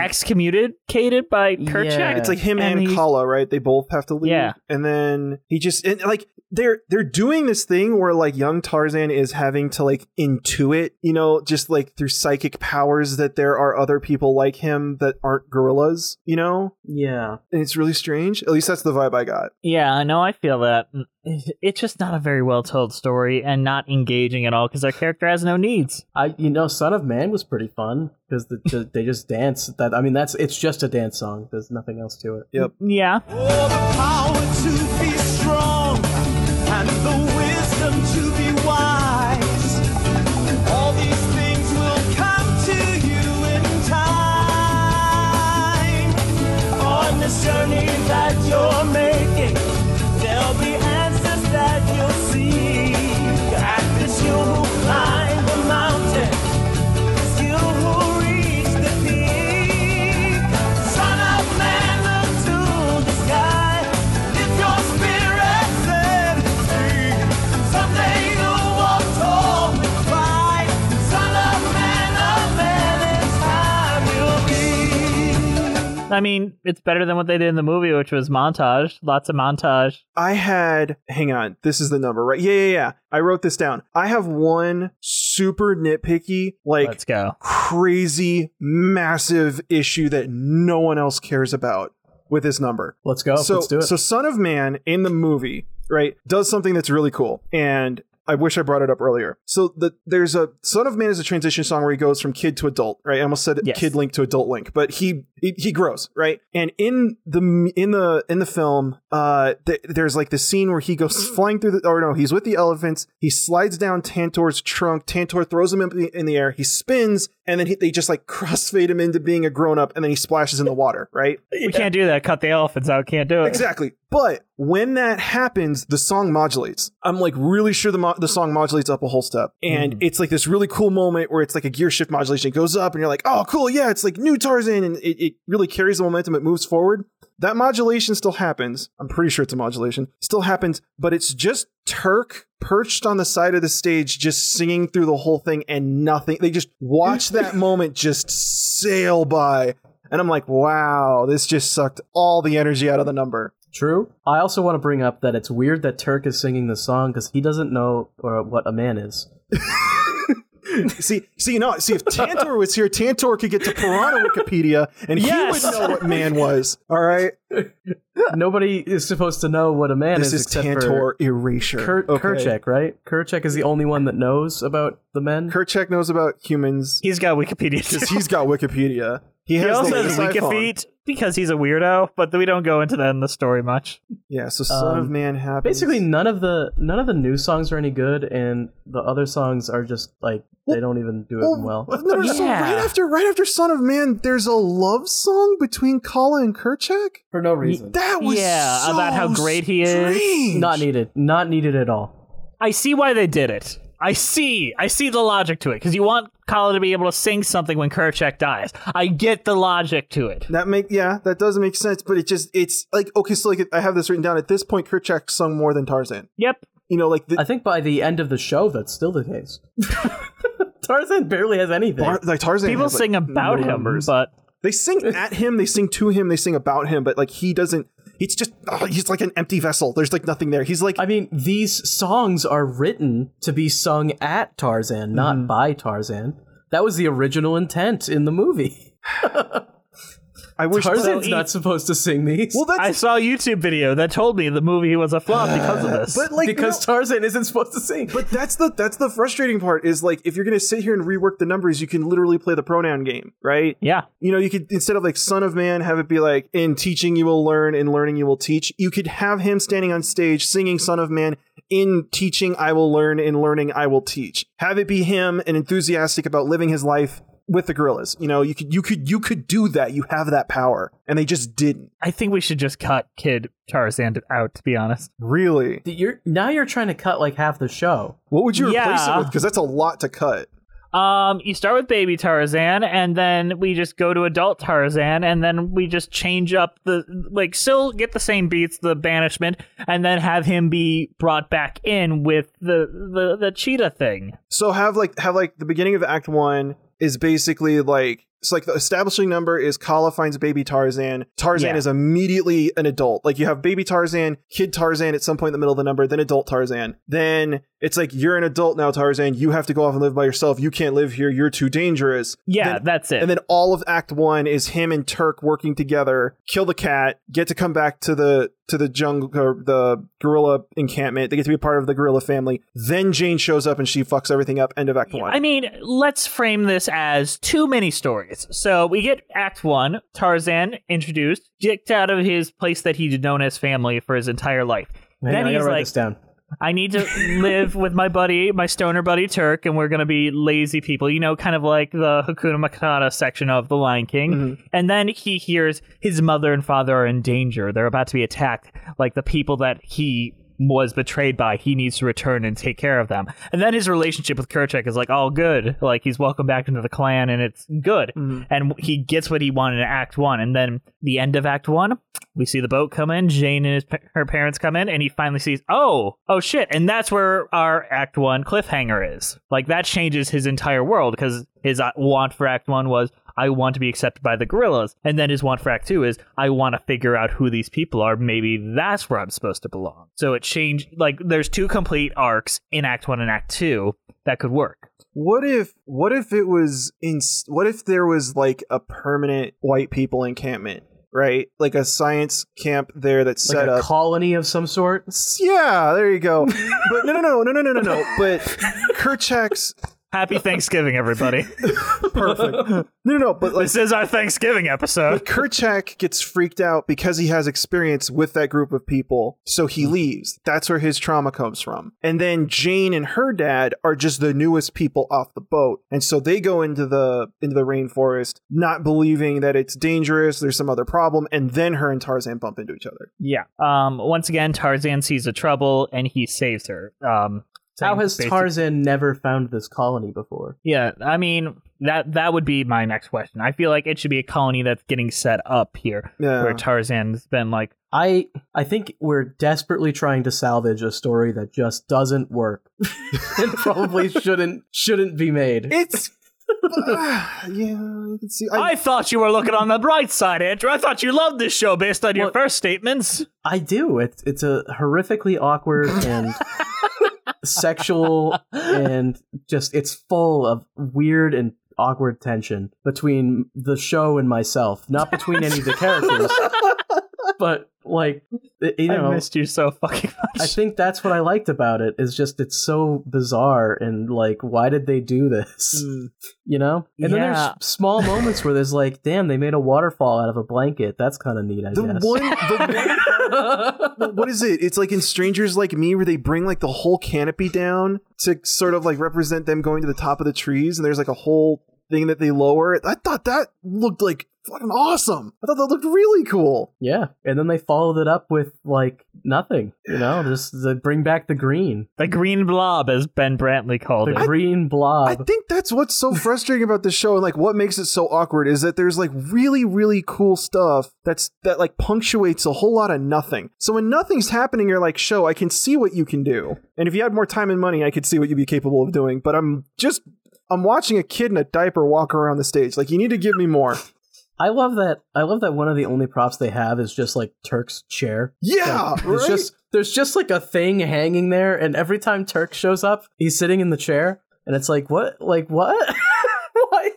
Speaker 6: excommunicated by Kerchak.
Speaker 7: Yeah.
Speaker 9: It's like him
Speaker 6: And
Speaker 9: and,
Speaker 6: he's-
Speaker 9: Kala, right? They both have to leave.
Speaker 6: Yeah.
Speaker 9: And then he just and like they're they're doing this thing where like young Tarzan is having to like intuit, you know, just like through psychic powers that there are other people like him that aren't gorillas, you know?
Speaker 7: Yeah.
Speaker 9: And it's really strange. At least that's the vibe I got.
Speaker 6: Yeah, I know. I feel that it's just not a very well told story and not engaging at all because our character has no needs.
Speaker 7: I you know, Son of Man was pretty fun because the, ju- they just dance. That I mean, that's it's just a dance song. There's nothing else to it.
Speaker 9: Yep.
Speaker 6: Yeah.
Speaker 12: For the power to be strong and the wisdom to be wise. All these things will come to you in time. On this journey that you're making, there'll be answers that you'll see. At this, you will climb the mountain. It's you who reach the peak. Son of man, look to the sky.
Speaker 6: I mean, it's better than what they did in the movie, which was montage. Lots of montage.
Speaker 9: I had, hang on, this is the number, right? Yeah, yeah, yeah. I wrote this down. I have one super nitpicky, like,
Speaker 6: Let's go.
Speaker 9: crazy, massive issue that no one else cares about with this number.
Speaker 7: Let's go.
Speaker 9: So,
Speaker 7: Let's do it.
Speaker 9: So, Son of Man in the movie, right, does something that's really cool. And I wish I brought it up earlier. So, the, there's a Son of Man is a transition song where he goes from kid to adult, right? I almost said
Speaker 6: Yes.
Speaker 9: kid link to adult link, but he, he he grows, right? And in the in the in the film, uh, th- there's like the scene where he goes
Speaker 7: Mm.
Speaker 9: flying through the, or no, he's with the elephants. He slides down Tantor's trunk. Tantor throws him in the, in the air. He spins, and then he, they just like crossfade him into being a grown up, and then he splashes in the water, right?
Speaker 6: We can't do that. Cut the elephants out. Can't do it.
Speaker 9: Exactly. But when that happens, the song modulates. I'm like really sure the mo- the song modulates up a whole step, and it's like this really cool moment where it's like a gear shift modulation. It goes up, and you're like, oh, cool, yeah, it's like new Tarzan, and it, it really carries the momentum. It moves forward. That modulation still happens. I'm pretty sure it's a modulation. Still happens, but it's just Turk perched on the side of the stage, just singing through the whole thing, and nothing. They just watch that moment just sail by. And I'm like, wow, this just sucked all the energy out of the number.
Speaker 7: True. I also want to bring up that it's weird that Turk is singing this song because he doesn't know or what a man is.
Speaker 9: see, see, no, see if Tantor was here, Tantor could get to Piranha Wikipedia, and
Speaker 7: Yes.
Speaker 9: he would know what man was. All right,
Speaker 7: Nobody is supposed to know what a man
Speaker 9: this
Speaker 7: is.
Speaker 9: is
Speaker 7: except
Speaker 9: Tantor
Speaker 7: for
Speaker 9: erasure.
Speaker 7: Ker-
Speaker 9: Okay.
Speaker 7: Kerchak, right? Kerchak is the only one that knows about the men.
Speaker 9: Kerchak knows about humans.
Speaker 6: He's got Wikipedia.
Speaker 9: Because he's got Wikipedia. He has
Speaker 6: he
Speaker 9: the
Speaker 6: also has
Speaker 9: latest
Speaker 6: Wikifeet
Speaker 9: iPhone.
Speaker 6: because he's a weirdo, but we don't go into that in the story much.
Speaker 9: Yeah, so Son of
Speaker 7: Um,
Speaker 9: Man happens.
Speaker 7: Basically, none of the none of the new songs are any good, and the other songs are just like they don't even do it well.
Speaker 9: No, no, so right after right after Son of Man, there's a love song between Kala and Kerchak
Speaker 7: for no reason.
Speaker 9: That was
Speaker 6: Yeah, about how
Speaker 9: so
Speaker 6: great he is.
Speaker 9: strange.
Speaker 7: Not needed. Not needed at all.
Speaker 6: I see why they did it. I see. I see the logic to it because you want Kala to be able to sing something when Kerchak dies. I get the logic to it.
Speaker 9: That make yeah, that does make sense, but it just it's like okay, so like I have this written down. At this point, Kerchak sung more than Tarzan.
Speaker 6: Yep.
Speaker 9: You know, like the,
Speaker 7: I think by the end of the show, that's still the case. Tarzan barely has anything.
Speaker 9: Bar- like Tarzan.
Speaker 6: People
Speaker 9: has, like,
Speaker 6: sing about
Speaker 9: no
Speaker 6: him,
Speaker 9: numbers.
Speaker 6: but
Speaker 9: they sing at him, they sing to him, they sing about him, but like he doesn't. He's just oh, he's like an empty vessel. There's like nothing there. He's like
Speaker 7: I mean, these songs are written to be sung at Tarzan, not by Tarzan. That was the original intent in the movie.
Speaker 9: I wish
Speaker 7: Tarzan's
Speaker 6: So
Speaker 7: not
Speaker 6: he-
Speaker 7: supposed to sing these.
Speaker 9: well
Speaker 6: I
Speaker 9: that's
Speaker 6: saw a YouTube video that told me the movie was a flop because of this.
Speaker 9: but like
Speaker 7: because
Speaker 9: no-
Speaker 7: Tarzan isn't supposed to sing.
Speaker 9: But that's the that's the frustrating part is like if you're gonna sit here and rework the numbers, you can literally play the pronoun game, right?
Speaker 6: yeah,
Speaker 9: You know, you could instead of like son of man, have it be like in teaching you will learn, in learning you will teach. You could have him standing on stage singing son of man, in teaching I will learn, in learning I will teach. Have it be him and enthusiastic about living his life with the gorillas. You know, you could you could you could do that. You have that power. And they just didn't.
Speaker 6: I think we should just cut Kid Tarzan out. To be honest,
Speaker 9: Really?
Speaker 7: You're now you're trying to cut like half the show.
Speaker 9: What would you replace it
Speaker 6: Yeah.
Speaker 9: with? Because that's a lot to cut.
Speaker 6: um, you start with Baby Tarzan, and then we just go to Adult Tarzan, and then we just change up the like, still get the same beats, the banishment, and then have him be brought back in with the the, the cheetah thing.
Speaker 9: So have like have like the beginning of Act One is basically like it's like the establishing number is Kala finds baby Tarzan. Tarzan
Speaker 6: Yeah.
Speaker 9: is immediately an adult. Like you have baby Tarzan, kid Tarzan at some point in the middle of the number, then adult Tarzan. Then it's like you're an adult now, Tarzan. You have to go off and live by yourself. You can't live here. You're too dangerous.
Speaker 6: Yeah,
Speaker 9: Then-
Speaker 6: that's it.
Speaker 9: And then all of Act One is him and Turk working together, kill the cat, get to come back to the to the jungle, or the gorilla encampment. They get to be a part of the gorilla family. Then Jane shows up and she fucks everything up. End of Act One.
Speaker 6: I mean, let's frame this as too many stories. So we get Act One, Tarzan introduced, kicked out of his place that he'd known as family for his entire life.
Speaker 7: Hang
Speaker 6: then
Speaker 7: on, I
Speaker 6: he's
Speaker 7: gotta write
Speaker 6: like,
Speaker 7: this down.
Speaker 6: I need to live with my buddy, my stoner buddy Turk, and we're gonna be lazy people. You know, kind of like the Hakuna Matata section of The Lion King. And then he hears his mother and father are in danger. They're about to be attacked. Like the people that he was betrayed by, he needs to return and take care of them. And then his relationship with Kerchak is like all good. Like he's welcome back into the clan, and it's good. And he gets what he wanted in Act One. And then the end of Act One, we see the boat come in. Jane and his, pa- her parents come in, and he finally sees, oh, oh shit. And that's where our Act One cliffhanger is. Like that changes his entire world because his uh, want for Act One was, I want to be accepted by the gorillas. And then his want for act two is I want to figure out who these people are. Maybe that's where I'm supposed to belong. So it changed. Like there's two complete arcs in act one and act two that could work.
Speaker 9: What if what if it was in what if there was like a permanent white people encampment, right? Like a science camp there that's
Speaker 7: Like
Speaker 9: set
Speaker 7: a
Speaker 9: up
Speaker 7: colony of some sort.
Speaker 9: Yeah, there you go. but no, no, no, no, no, no, no, no. But Kerchak's
Speaker 6: Happy Thanksgiving, everybody.
Speaker 9: perfect. No, no, no. But like,
Speaker 6: this is our Thanksgiving episode.
Speaker 9: But Kerchak gets freaked out because he has experience with that group of people, so he leaves. That's where his trauma comes from. And then Jane and her dad are just the newest people off the boat, and so they go into the into the rainforest, not believing that it's dangerous. There's some other problem, and then her and Tarzan bump into each other.
Speaker 6: Yeah. Um. Once again, Tarzan sees the trouble and he saves her. Um.
Speaker 7: How
Speaker 6: saying
Speaker 7: has
Speaker 6: basic-
Speaker 7: Tarzan never found this colony before?
Speaker 6: Yeah. I mean that that would be my next question. I feel like it should be a colony that's getting set up here,
Speaker 7: Yeah.
Speaker 6: where Tarzan's been like,
Speaker 7: I I think we're desperately trying to salvage a story that just doesn't work and probably shouldn't shouldn't be made.
Speaker 9: It's yeah, you can see.
Speaker 6: I, thought you were looking on the bright side, Andrew. I thought you loved this show based on your first statements.
Speaker 7: I do. It's it's a horrifically awkward and sexual and just it's full of weird and awkward tension between the show and myself, not between any of the characters. But like y- you
Speaker 6: I
Speaker 7: know,
Speaker 6: missed you so fucking much.
Speaker 7: I think that's what I liked about it is just it's so bizarre and like why did they do this?
Speaker 9: Hmm.
Speaker 7: You know? And then there's
Speaker 6: Yeah.
Speaker 7: small moments where there's like, damn, they made a waterfall out of a blanket. That's kind of neat, I
Speaker 9: The
Speaker 7: guess.
Speaker 9: one, the one- what is it? It's like in Strangers Like Me, where they bring like the whole canopy down to sort of like represent them going to the top of the trees, and there's like a whole thing that they lower. I thought that looked like fucking awesome. I thought that looked really cool.
Speaker 7: Yeah, and then they followed it up with like nothing. You know, just the bring back the green,
Speaker 6: the green blob, as Ben Brantley called
Speaker 7: the
Speaker 6: it.
Speaker 7: green blob.
Speaker 9: I think that's what's so frustrating about this show, and like what makes it so awkward is that there's like really, really cool stuff that's that like punctuates a whole lot of nothing. So when nothing's happening, you're like, "Show, I can see what you can do, and if you had more time and money, I could see what you'd be capable of doing." But I'm just, I'm watching a kid in a diaper walk around the stage. Like, you need to give me more.
Speaker 7: I love that. I love that one of the only props they have is just like Turk's chair.
Speaker 9: Yeah,
Speaker 7: Like, there's
Speaker 9: right?
Speaker 7: just there's just like a thing hanging there, and every time Turk shows up, he's sitting in the chair, and it's like what, like what, why,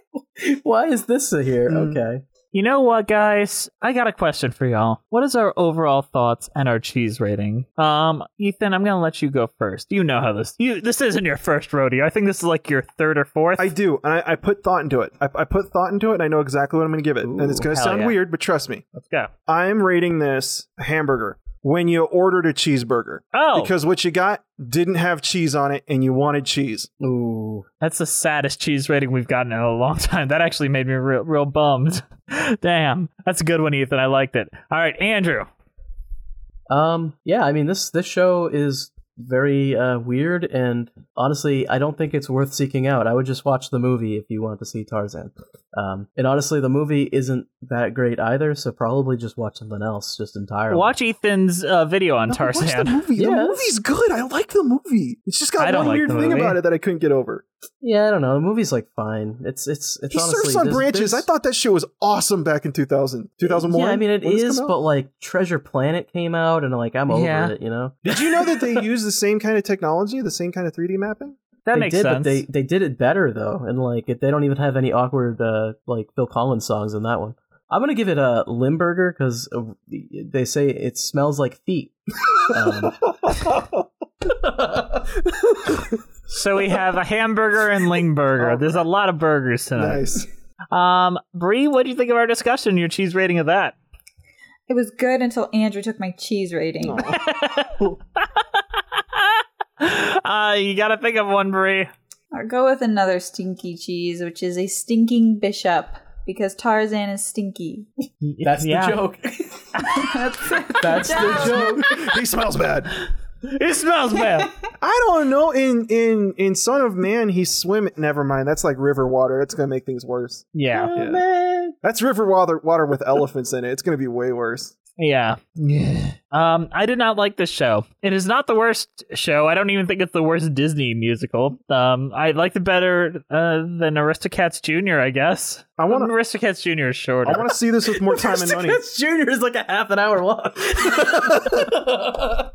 Speaker 7: why is this here? Okay,
Speaker 6: You know what, guys? I got a question for y'all. What is our overall thoughts and our cheese rating? Um, Ethan, I'm gonna let you go first. You know how this you this isn't your first rodeo. I think this is like your third or fourth.
Speaker 9: I do, and I, I put thought into it. I, I put thought into it, and I know exactly what I'm going to give it. and it's going to
Speaker 6: hell
Speaker 9: sound
Speaker 6: yeah.
Speaker 9: weird, but trust me.
Speaker 6: Let's go.
Speaker 9: I'm rating this hamburger when you ordered a cheeseburger.
Speaker 6: Oh.
Speaker 9: Because what you got didn't have cheese on it and you wanted cheese.
Speaker 7: Ooh.
Speaker 6: That's the saddest cheese rating we've gotten in a long time. That actually made me real real bummed. Damn. That's a good one, Ethan. I liked it. All right, Andrew.
Speaker 7: Um, yeah, I mean this this show is very uh, weird, and honestly, I don't think it's worth seeking out. I would just watch the movie if you want to see Tarzan. Um, and honestly, the movie isn't that great either, so probably just watch something else just entirely.
Speaker 6: Watch Ethan's uh, video on
Speaker 9: Watch the
Speaker 6: Tarzan.
Speaker 9: movie. The
Speaker 7: Yes.
Speaker 9: movie's good. I like the movie. It's just
Speaker 6: I
Speaker 9: got
Speaker 6: don't
Speaker 9: one
Speaker 6: like
Speaker 9: weird
Speaker 6: the
Speaker 9: thing
Speaker 6: movie.
Speaker 9: about it that I couldn't get over.
Speaker 7: Yeah, I don't know. The movie's like fine. It's it's it's
Speaker 9: he
Speaker 7: honestly
Speaker 9: surfs on
Speaker 7: there's-
Speaker 9: branches. I
Speaker 7: there's-
Speaker 9: thought that shit was awesome back in 2000. 2001.
Speaker 7: Yeah, I mean it
Speaker 9: When did this
Speaker 7: is,
Speaker 9: come out?
Speaker 7: but like Treasure Planet came out, and like I'm over
Speaker 9: Yeah.
Speaker 7: it. You know,
Speaker 9: Did you know that they use the same kind of technology, the same kind of 3D mapping?
Speaker 6: That
Speaker 7: they
Speaker 6: makes
Speaker 7: did,
Speaker 6: sense.
Speaker 7: But they they did it better though, and like it, they don't even have any awkward uh, like Bill Collins songs in that one. I'm gonna give it a Limburger because they say it smells like feet. Um,
Speaker 6: So we have a hamburger and Lingburger. There's a lot of burgers tonight.
Speaker 9: Oh. Nice.
Speaker 6: Um, Bree, what do you think of our discussion? Your cheese rating of that?
Speaker 8: It was good until Andrew took my cheese rating.
Speaker 6: Uh, you gotta think of one, Bree.
Speaker 8: Or go with another stinky cheese, which is a stinking bishop, because Tarzan is stinky.
Speaker 7: that's
Speaker 6: Yeah.
Speaker 7: the joke.
Speaker 8: That's it.
Speaker 7: That's the joke.
Speaker 9: he smells bad.
Speaker 6: It smells bad.
Speaker 9: I don't know. In in in Son of Man, he swim. Never mind. That's like river water. That's gonna make things worse.
Speaker 6: Yeah.
Speaker 9: That's river water water with elephants in it. It's gonna be way worse.
Speaker 6: Yeah. um, I did not like this show. It is not the worst show. I don't even think it's the worst Disney musical. Um, I liked it better uh, than Aristocats Junior. I guess. I want Aristocats Junior is shorter.
Speaker 9: I want to see this with more time and money.
Speaker 7: Junior is like a half an hour long.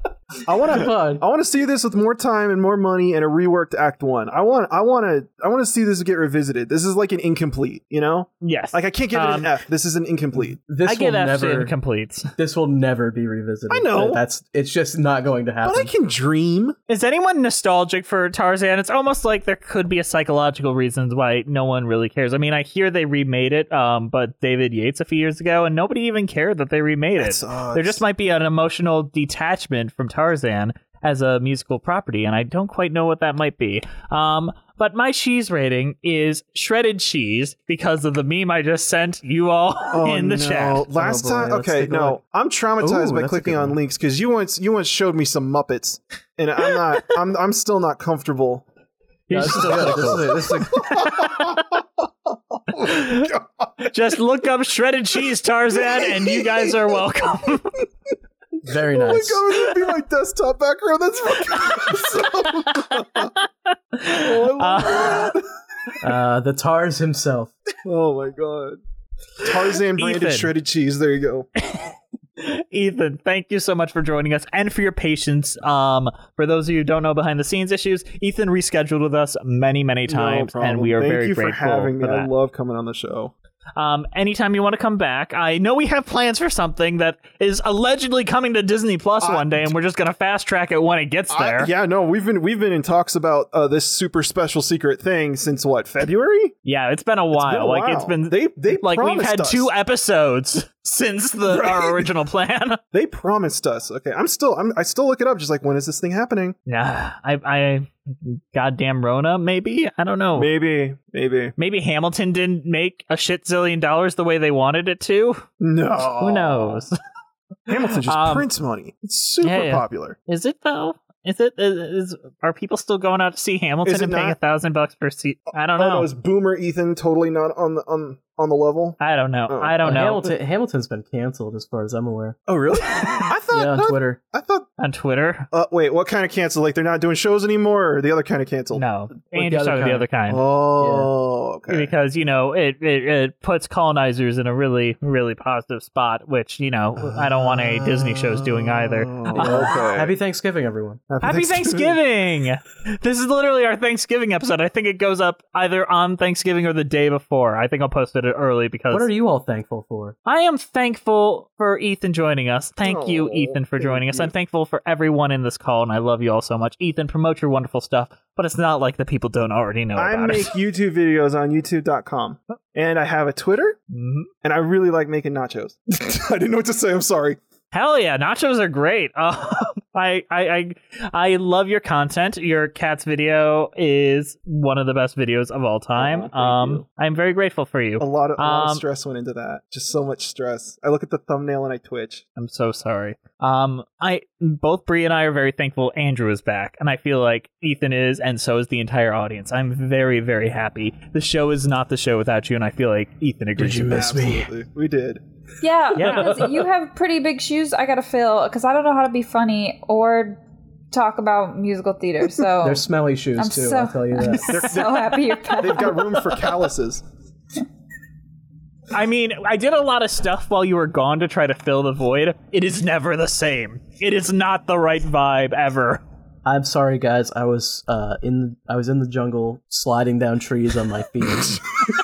Speaker 9: I want to. I want to see this with more time and more money and a reworked Act One. I want. I want to. I want to see this get revisited. This is like an incomplete. You know.
Speaker 6: Yes.
Speaker 9: Like I can't give it an
Speaker 7: Um,
Speaker 9: F. This is an incomplete.
Speaker 7: This will never
Speaker 6: complete.
Speaker 7: This will never be revisited.
Speaker 9: I know.
Speaker 7: That's it's just not going to happen.
Speaker 9: But I can dream.
Speaker 6: Is anyone nostalgic for Tarzan? It's almost like there could be a psychological reasons why no one really cares. I mean, I hear they remade it, um, but David Yates a few years ago, and nobody even cared that they remade it. there just might be an emotional detachment from Tarzan as a musical property, and I don't quite know what that might be. Um, but my cheese rating is shredded cheese because of the meme I just sent you all in the
Speaker 9: Oh, no.
Speaker 7: Oh,
Speaker 6: chat.
Speaker 9: Last time, okay, no, I'm traumatized by clicking on links because you once you once showed me some Muppets, and I'm not, I'm, I'm still not comfortable. Oh
Speaker 7: No, this is good. This is a- this is a-
Speaker 6: Just look up shredded cheese Tarzan, and you guys are welcome.
Speaker 7: Very
Speaker 9: Oh my god, it'd be my desktop background. That's fucking awesome. oh, I love that.
Speaker 7: uh, the Tars himself.
Speaker 9: oh my god. Tarzan branded
Speaker 6: Ethan.
Speaker 9: shredded cheese. There you go.
Speaker 6: Ethan, thank you so much for joining us and for your patience. Um, for those of you who don't know behind the scenes issues, Ethan rescheduled with us many, many times,
Speaker 9: No
Speaker 6: and we are
Speaker 9: problem. Thank
Speaker 6: very
Speaker 9: you for
Speaker 6: grateful
Speaker 9: having me.
Speaker 6: for
Speaker 9: I
Speaker 6: that.
Speaker 9: love coming on the show.
Speaker 6: Um, anytime you want to come back, I know we have plans for something that is allegedly coming to Disney Plus one day, and we're just gonna fast track it when it gets there.
Speaker 9: Yeah, no, we've been we've been in talks about uh, this super special secret thing since what February?
Speaker 6: Yeah, it's been a
Speaker 9: It's
Speaker 6: while.
Speaker 9: been a
Speaker 6: like it's
Speaker 9: while.
Speaker 6: been
Speaker 9: they they
Speaker 6: like we've had
Speaker 9: promised us.
Speaker 6: two episodes since the our original plan.
Speaker 9: They promised us. Okay, I'm still I'm I still look it up. Just like when is this thing happening?
Speaker 6: Yeah, I, I, goddamn Rona, maybe I don't know.
Speaker 9: Maybe, maybe,
Speaker 6: maybe Hamilton didn't make a shit zillion dollars the way they wanted it to.
Speaker 9: No.
Speaker 6: who knows?
Speaker 9: Hamilton just
Speaker 6: Um,
Speaker 9: prints money. It's super
Speaker 6: yeah, yeah.
Speaker 9: popular.
Speaker 6: Is it though? Is it? Is, is are people still going out to see
Speaker 9: Is
Speaker 6: Hamilton
Speaker 9: it
Speaker 6: and paying a
Speaker 9: not?
Speaker 6: thousand bucks per seat? I don't
Speaker 9: Oh, no,
Speaker 6: know.
Speaker 9: is Boomer Ethan totally not on the on on the level?
Speaker 6: I don't know. I don't know.
Speaker 7: Hamilton, Hamilton's been canceled as far as I'm aware.
Speaker 9: Oh really? I thought
Speaker 7: yeah, on
Speaker 9: that-
Speaker 7: Twitter.
Speaker 9: I thought
Speaker 6: on Twitter.
Speaker 9: Uh, wait, what kind of cancel? Like they're not doing shows anymore, or the other kind of cancel?
Speaker 6: No, Andy's talking the other kind.
Speaker 9: Oh, okay.
Speaker 6: Because you know it, it it puts colonizers in a really really positive spot, which you know I don't want any Disney shows doing either.
Speaker 9: Oh,
Speaker 7: Happy Thanksgiving, everyone.
Speaker 6: Happy Thanksgiving. This is literally our Thanksgiving episode. I think it goes up either on Thanksgiving or the day before. I think I'll post it early because
Speaker 7: What are you all thankful for?
Speaker 6: I am thankful for Ethan joining us. Thank you, Ethan, for joining us. I'm thankful for everyone in this call, and I love you all so much. Ethan, promote your wonderful stuff, but it's not like the people don't already know
Speaker 9: I
Speaker 6: about
Speaker 9: make
Speaker 6: it.
Speaker 9: YouTube videos on YouTube.com, and I have a Twitter,
Speaker 6: Mm-hmm.
Speaker 9: and I really like making nachos. I didn't know what to say. I'm sorry.
Speaker 6: Hell yeah, nachos are great. Uh, I, I I I love your content. Your cat's video is one of the best videos of all time. um, I'm very grateful for you.
Speaker 9: A lot of, a lot of
Speaker 6: Um,
Speaker 9: stress went into that. Just so much stress. I look at the thumbnail and I twitch.
Speaker 6: I'm so sorry. Um, I both Bree and I are very thankful Andrew is back, and I feel like Ethan is, and so is the entire audience. I'm very, very happy. The show is not the show without you, and I feel like Ethan agrees. with that.
Speaker 9: Absolutely. We did.
Speaker 8: Yeah,
Speaker 6: Yeah.
Speaker 8: because you have pretty big shoes I gotta fill because I don't know how to be funny or talk about musical theater. So
Speaker 7: They're smelly shoes
Speaker 8: I'm
Speaker 7: too.
Speaker 8: so-
Speaker 7: I'll tell you
Speaker 8: I'm
Speaker 7: that.
Speaker 8: so happy you're back.
Speaker 9: They've got room for calluses.
Speaker 6: I mean, I did a lot of stuff while you were gone to try to fill the void. It is never the same. It is not the right vibe ever.
Speaker 7: I'm sorry, guys. I was uh, in I was in the jungle sliding down trees on my feet.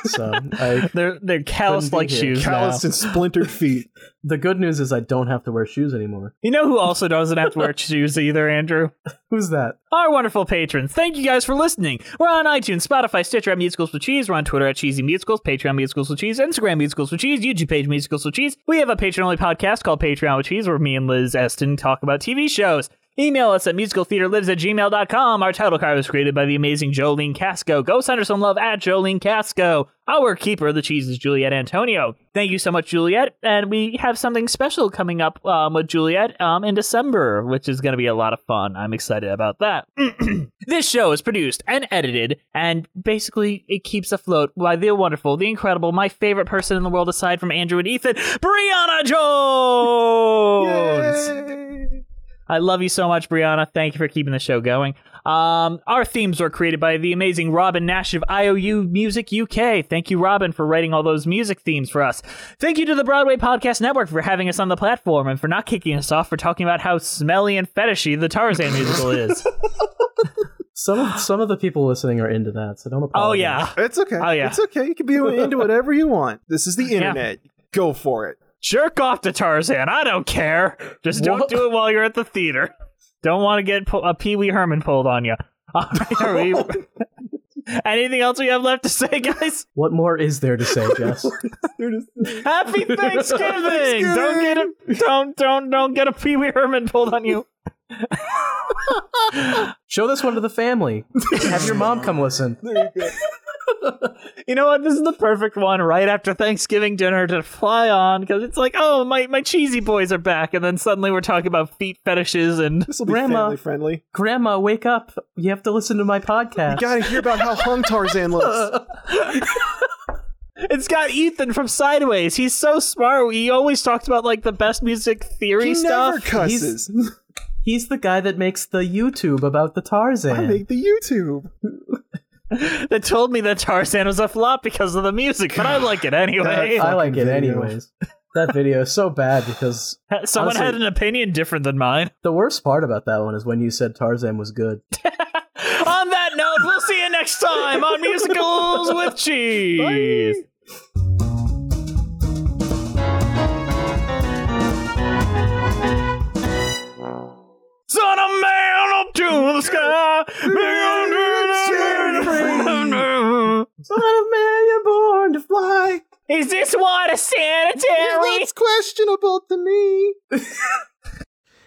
Speaker 7: so I
Speaker 6: they're they're calloused like shoes now.
Speaker 9: Calloused and splintered feet.
Speaker 7: The good news is I don't have to wear shoes anymore.
Speaker 6: You know who also doesn't have to wear shoes either, Andrew?
Speaker 7: Who's that?
Speaker 6: Our wonderful patrons, thank you guys for listening. We're on iTunes, Spotify, Stitcher at Musicals with Cheese. We're on Twitter at Cheesy Musicals, Patreon Musicals with Cheese, Instagram Musicals with Cheese, YouTube page Musicals with Cheese. We have a patron only podcast called Patreon with Cheese where me and Liz Eston talk about TV shows. Email us at musicaltheaterlives at gmail.com. Our title card was created by the amazing Jolene Casco. Go send her some love at Jolene Casco. Our keeper of the cheese is Juliet Antonio. Thank you so much, Juliet. And we have something special coming up um, with Juliet um, in December, which is going to be a lot of fun. I'm excited about that. this show is produced and edited, and basically it keeps afloat by the wonderful, the incredible, my favorite person in the world aside from Andrew and Ethan, Brianna Jones. I love you so much, Brianna. Thank you for keeping the show going. Um, our themes were created by the amazing Robin Nash of IOU Music UK. Thank you, Robin, for writing all those music themes for us. Thank you to the Broadway Podcast Network for having us on the platform and for not kicking us off for talking about how smelly and fetishy the Tarzan musical is.
Speaker 7: Some of, some of the people listening are into that, so don't apologize.
Speaker 6: Oh yeah,
Speaker 9: it's okay.
Speaker 6: Oh yeah,
Speaker 9: It's okay. You can be into whatever you want. This is the internet. Go for it.
Speaker 6: Jerk off to Tarzan. I don't care. Just don't
Speaker 9: What?
Speaker 6: do it while you're at the theater. Don't want to get pu- a Pee Wee Herman pulled on you. All right, are we- Anything else we have left to say, guys?
Speaker 7: What more is there to say, Jess?
Speaker 6: Happy Thanksgiving! Don't get a don't don't don't get a Pee Wee Herman pulled on you.
Speaker 7: Show this one to the family. Have your mom come listen.
Speaker 6: You know what? This is the perfect one right after Thanksgiving dinner to fly on because it's like, oh, my, my cheesy boys are back, and then suddenly we're talking about feet fetishes and
Speaker 7: Grandma,
Speaker 9: friendly.
Speaker 7: Grandma, wake up! You have to listen to my podcast.
Speaker 9: You gotta hear about how hung Tarzan looks.
Speaker 6: It's got Ethan from Sideways. He's so smart. He always talked about like the best music theory
Speaker 9: He
Speaker 6: stuff.
Speaker 9: never cusses.
Speaker 7: He's the guy that makes the YouTube about the Tarzan.
Speaker 9: I make the YouTube.
Speaker 6: He's- that told me that Tarzan was a flop because of the music, but I like it anyway.
Speaker 7: I like it anyways. That video is so bad because
Speaker 6: Someone
Speaker 7: honestly,
Speaker 6: had an opinion different than mine.
Speaker 7: the worst part about that one is when you said Tarzan was good.
Speaker 6: On that note, we'll see you next time on Musicals with Cheese. Son of man up to the sky.
Speaker 7: Son of man, you're born to fly.
Speaker 6: Is this water sanitary?
Speaker 9: It's questionable to me.